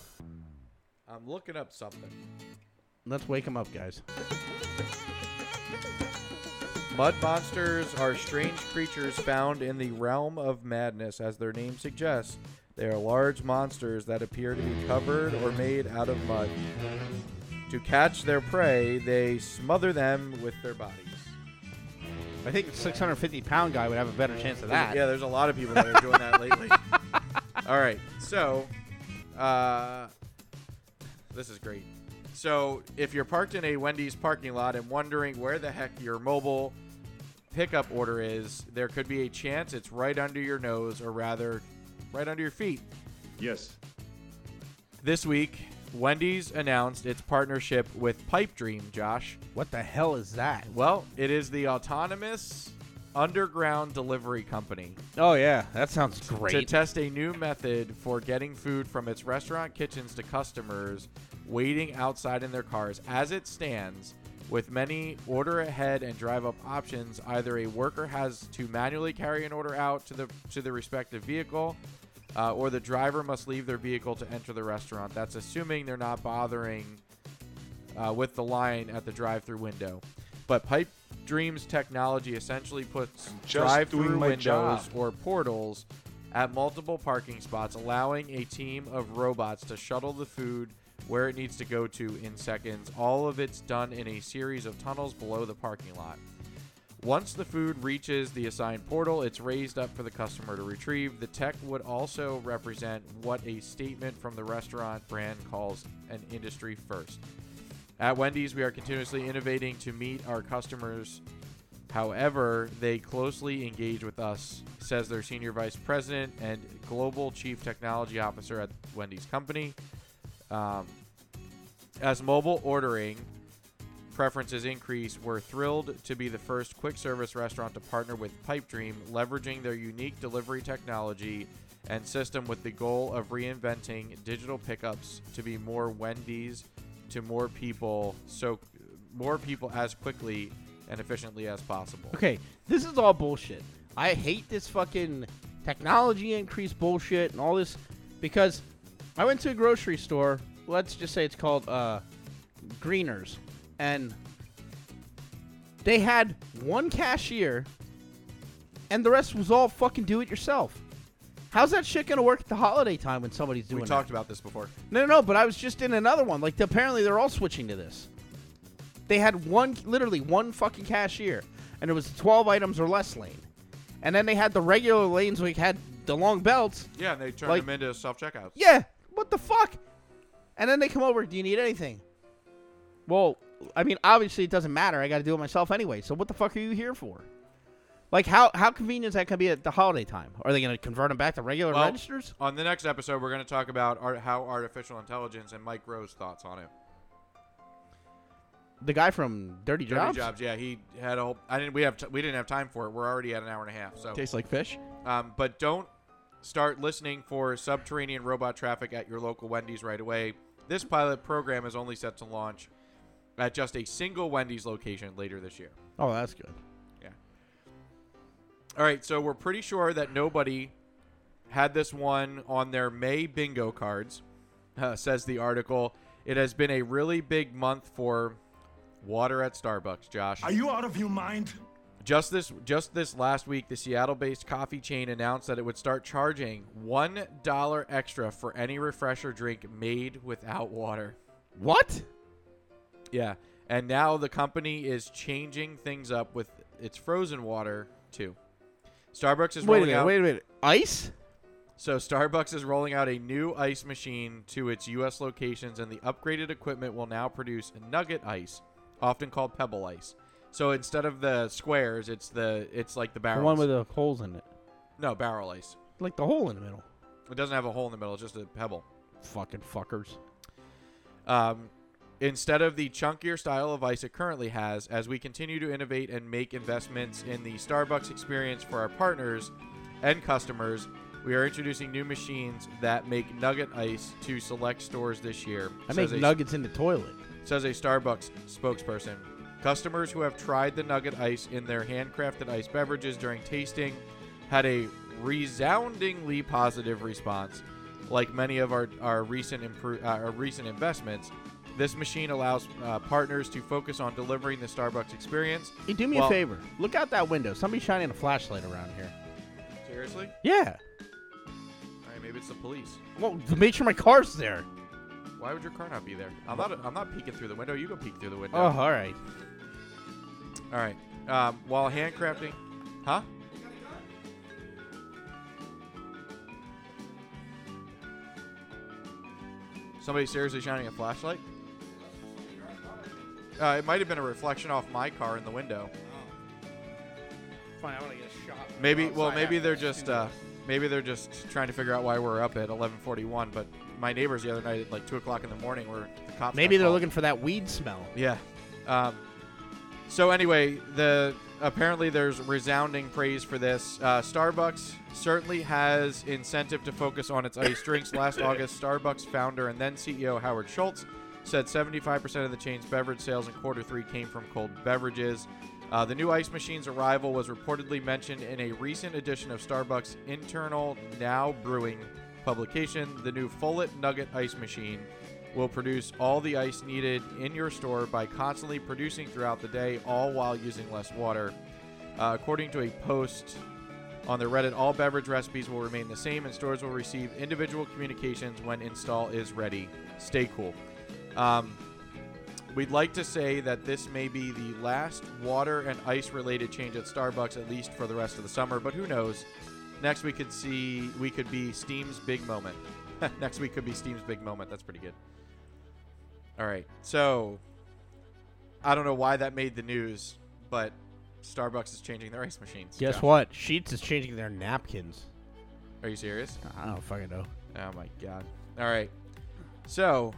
I'm looking up something.
Let's wake him up, guys.
Mud monsters are strange creatures found in the realm of madness, as their name suggests. They are large monsters that appear to be covered or made out of mud. To catch their prey, they smother them with their bodies.
I think the 650 pound guy would have a better chance of that.
Yeah, there's a lot of people that are doing that lately. All right, so uh, this is great. So if you're parked in a Wendy's parking lot and wondering where the heck your mobile pickup order is, there could be a chance it's right under your nose, or rather, right under your feet.
Yes.
This week, Wendy's announced its partnership with Pipe Dream, Josh.
What the hell is that?
Well, it is the autonomous underground delivery company.
Oh, yeah. That sounds
to
great.
test a new method for getting food from its restaurant kitchens to customers waiting outside in their cars as it stands with many order ahead and drive up options either a worker has to manually carry an order out to the to the respective vehicle uh, or the driver must leave their vehicle to enter the restaurant that's assuming they're not bothering uh, with the line at the drive-through window. But Pipe Dreams technology essentially puts
just
drive-through
doing my
windows
job.
or portals at multiple parking spots, allowing a team of robots to shuttle the food where it needs to go to in seconds. All of it's done in a series of tunnels below the parking lot. Once the food reaches the assigned portal, it's raised up for the customer to retrieve. The tech would also represent what a statement from the restaurant brand calls an industry first. At Wendy's, we are continuously innovating to meet our customers. However, they closely engage with us, says their senior vice president and global chief technology officer at Wendy's company. Um, as mobile ordering preferences increase, we're thrilled to be the first quick service restaurant to partner with Pipe Dream, leveraging their unique delivery technology and system with the goal of reinventing digital pickups to be more Wendy's to more people, so more people as quickly and efficiently as possible.
Okay, this is all bullshit. I hate this fucking technology increase bullshit and all this because I went to a grocery store. Let's just say it's called uh, Greeners, and they had one cashier, and the rest was all fucking do it yourself. How's that shit gonna work at the holiday time when somebody's doing
we
that?
talked about this before.
No, no, no, but I was just in another one. Like, apparently they're all switching to this. They had one, literally one fucking cashier, and it was 12 items or less lane. And then they had the regular lanes, we had the long belts.
Yeah, and they turned
Like-
them into self checkouts.
Yeah, what the fuck? And then they come over, do you need anything? Well, I mean, obviously it doesn't matter. I got to do it myself anyway. So what the fuck are you here for? Like, how, how convenient is that going to be at the holiday time? Are they going to convert them back to regular
Well,
registers?
On the next episode, we're going to talk about art- how artificial intelligence and Mike Rowe's thoughts on it.
The guy from Dirty
Dirty
Jobs?
jobs, yeah. He had a whole. I didn't. We have. T- we didn't have time for it. We're already at an hour and a half. So,
Tastes like fish.
um, but don't start listening for subterranean robot traffic at your local Wendy's right away. This pilot program is only set to launch at just a single Wendy's location later this year.
Oh, that's good.
All right, so we're pretty sure that nobody had this one on their May bingo cards, (laughs) uh, says the article. It has been a really big month for water at Starbucks, Josh.
Are you out of your mind?
Just this just this last week, the Seattle-based coffee chain announced that it would start charging $1 extra for any refresher drink made without water.
What?
Yeah. And now the company is changing things up with its frozen water too. Starbucks is
Wait a
rolling
minute,
out
wait a minute. Ice?
So Starbucks is rolling out a new ice machine to its US locations and the upgraded equipment will now produce nugget ice, often called pebble ice. So instead of the squares, it's the it's like the barrels.
The one with the holes in it.
no, barrel ice.
Like the hole in the middle.
It doesn't have a hole in the middle, it's just a pebble.
Fucking fuckers.
um, instead of the chunkier style of ice it currently has. As we continue to innovate and make investments in the Starbucks experience for our partners and customers, we are introducing new machines that make nugget ice to select stores this year.
I make
says a-
nuggets in the toilet.
says a Starbucks spokesperson. Customers who have tried the nugget ice in their handcrafted ice beverages during tasting had a resoundingly positive response. Like many of our, our recent impro- uh, our recent investments, this machine allows uh, partners to focus on delivering the Starbucks experience.
Hey, do me
while-
a favor. Look out that window. Somebody's shining a flashlight around here.
Seriously?
Yeah.
All right, maybe it's the police.
Well, to make sure my car's there.
Why would your car not be there? I'm not I'm not peeking through the window. You go peek through the window.
Oh, all right.
All right. Um, while handcrafting, huh? Somebody seriously shining a flashlight? Uh, it might have been a reflection off my car in the window.
Fine, I want to get a shot.
Maybe. Well, maybe they're just. Uh, maybe they're just trying to figure out why we're up at 11:41. But my neighbors the other night at like two o'clock in the morning were the cops.
Maybe
got
they're
called.
looking for that weed smell.
Yeah. Um, so anyway, the apparently there's resounding praise for this. Uh, Starbucks certainly has incentive to focus on its ice drinks. Last August, Starbucks founder and then CEO Howard Schultz said 75% of the chain's beverage sales in quarter three came from cold beverages. Uh, the new ice machine's arrival was reportedly mentioned in a recent edition of Starbucks' internal Now Brewing publication. The new Follett Nugget ice machine will produce all the ice needed in your store by constantly producing throughout the day, all while using less water. Uh, according to a post on their Reddit, all beverage recipes will remain the same, and stores will receive individual communications when install is ready. Stay cool. Um, we'd like to say that this may be the last water and ice related change at Starbucks, at least for the rest of the summer. But who knows? Next, we could see we could be Steam's big moment. (laughs) Next week could be Steam's big moment. That's pretty good. All right. So I don't know why that made the news, but Starbucks is changing their ice machines.
Guess
Josh.
what? Sheets is changing their napkins.
Are you serious?
I don't fucking know.
Oh my god. All right. So,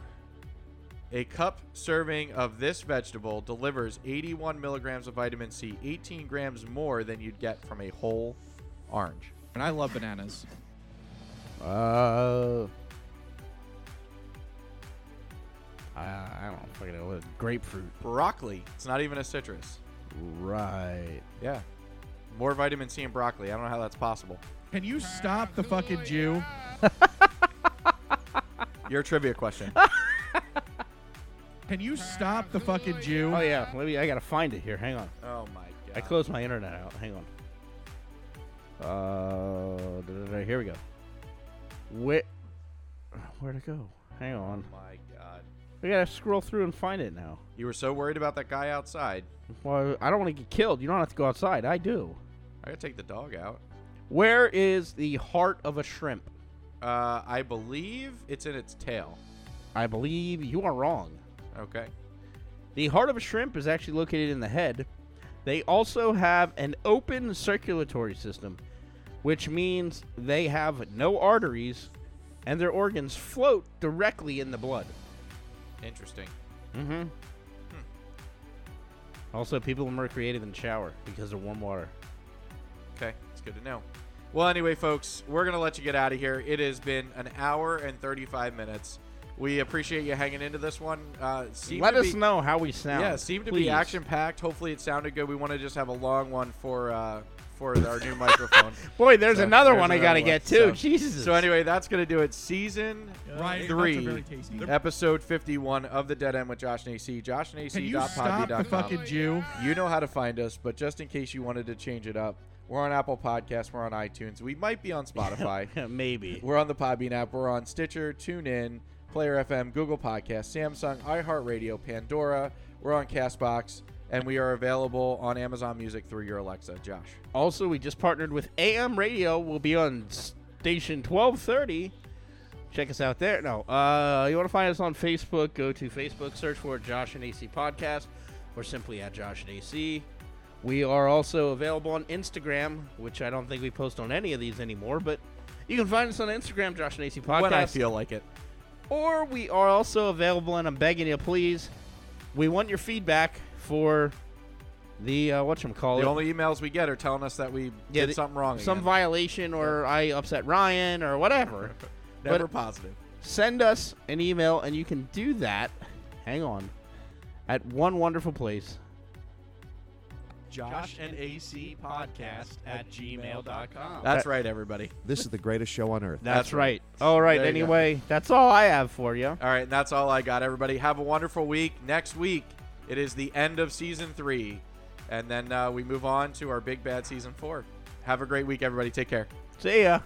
a cup serving of this vegetable delivers 81 milligrams of vitamin C, 18 grams more than you'd get from a whole orange.
And I love bananas.
Uh, I, I don't fucking know. What- Grapefruit.
Broccoli. It's not even a citrus.
Right.
Yeah. More vitamin C in broccoli. I don't know how that's possible.
Can you stop the fucking Jew?
Your trivia
(laughs)
question.
Can you stop the fucking Jew?
Oh yeah. Let me. I gotta find it here. Hang on.
Oh my god.
I closed my internet out. Hang on. Uh, da- da- da, here we go. Where? Where'd it go? Hang on.
Oh, my god.
We gotta scroll through and find it now.
You were so worried about that guy outside.
Well, I don't want to get killed. You don't have to go outside. I do.
I gotta take the dog out.
Where is the heart of a shrimp?
Uh, I believe it's in its tail.
I believe you are wrong.
Okay.
The heart of a shrimp is actually located in the head. They also have an open circulatory system, which means they have no arteries and their organs float directly in the blood.
Interesting.
Mm-hmm. Also, people are more creative in the shower because of warm water.
Okay, it's good to know. Well, anyway, folks, we're going to let you get out of here. It has been an hour and 35 minutes. We appreciate you hanging into this one. Uh, seemed
Let
to
us
be-
know how we sound.
Yeah, seemed to
please.
be action packed. Hopefully, it sounded good. We want to just have a long one for uh, for our new
(laughs)
microphone.
Boy, there's
So,
another
there's
one I
another
gotta
one.
get too.
So-
Jesus.
So anyway, that's going to do it. Season
Ryan,
three,
Uh, that's a very tasty-
episode 51 of the Dead End with Josh and AC. Josh and
Can you stop the fucking Jew?
You know how to find us, but just in case you wanted to change it up, we're on Apple Podcasts, we're on
(laughs)
iTunes, we might be on Spotify.
(laughs) maybe
we're on the Podbean app, we're on Stitcher, TuneIn, Player FM, Google Podcasts, Samsung, iHeartRadio, Pandora. We're on Castbox, and we are available on Amazon Music through your Alexa. Josh.
Also, we just partnered with AM Radio. We'll be on station 1230. Check us out there. No, uh, you want to find us on Facebook? Go to Facebook, search for Josh and AC Podcast, or simply at Josh and AC. We are also available on Instagram, which I don't think we post on any of these anymore, but you can find us on Instagram, Josh and AC Podcast.
When I feel like it.
Or we are also available, and I'm begging you, please. We want your feedback for the uh, whatchamacallit.
The only emails we get are telling us that we
Yeah,
did
the-
something wrong.
some
again.
violation, or I upset Ryan,
(laughs)
or whatever.
Never
But
positive.
Send us an email, and you can do that. Hang on, at one wonderful place.
Josh and AC
podcast at gmail.com.
That's right, everybody.
This is the greatest show on earth.
That's right.
All right.
There you go.
Anyway, that's all I have for you.
All right, and that's all I got, everybody. Have a wonderful week. Next week, it is the end of season three, and then uh, we move on to our big bad season four. Have a great week, everybody. Take care.
See ya.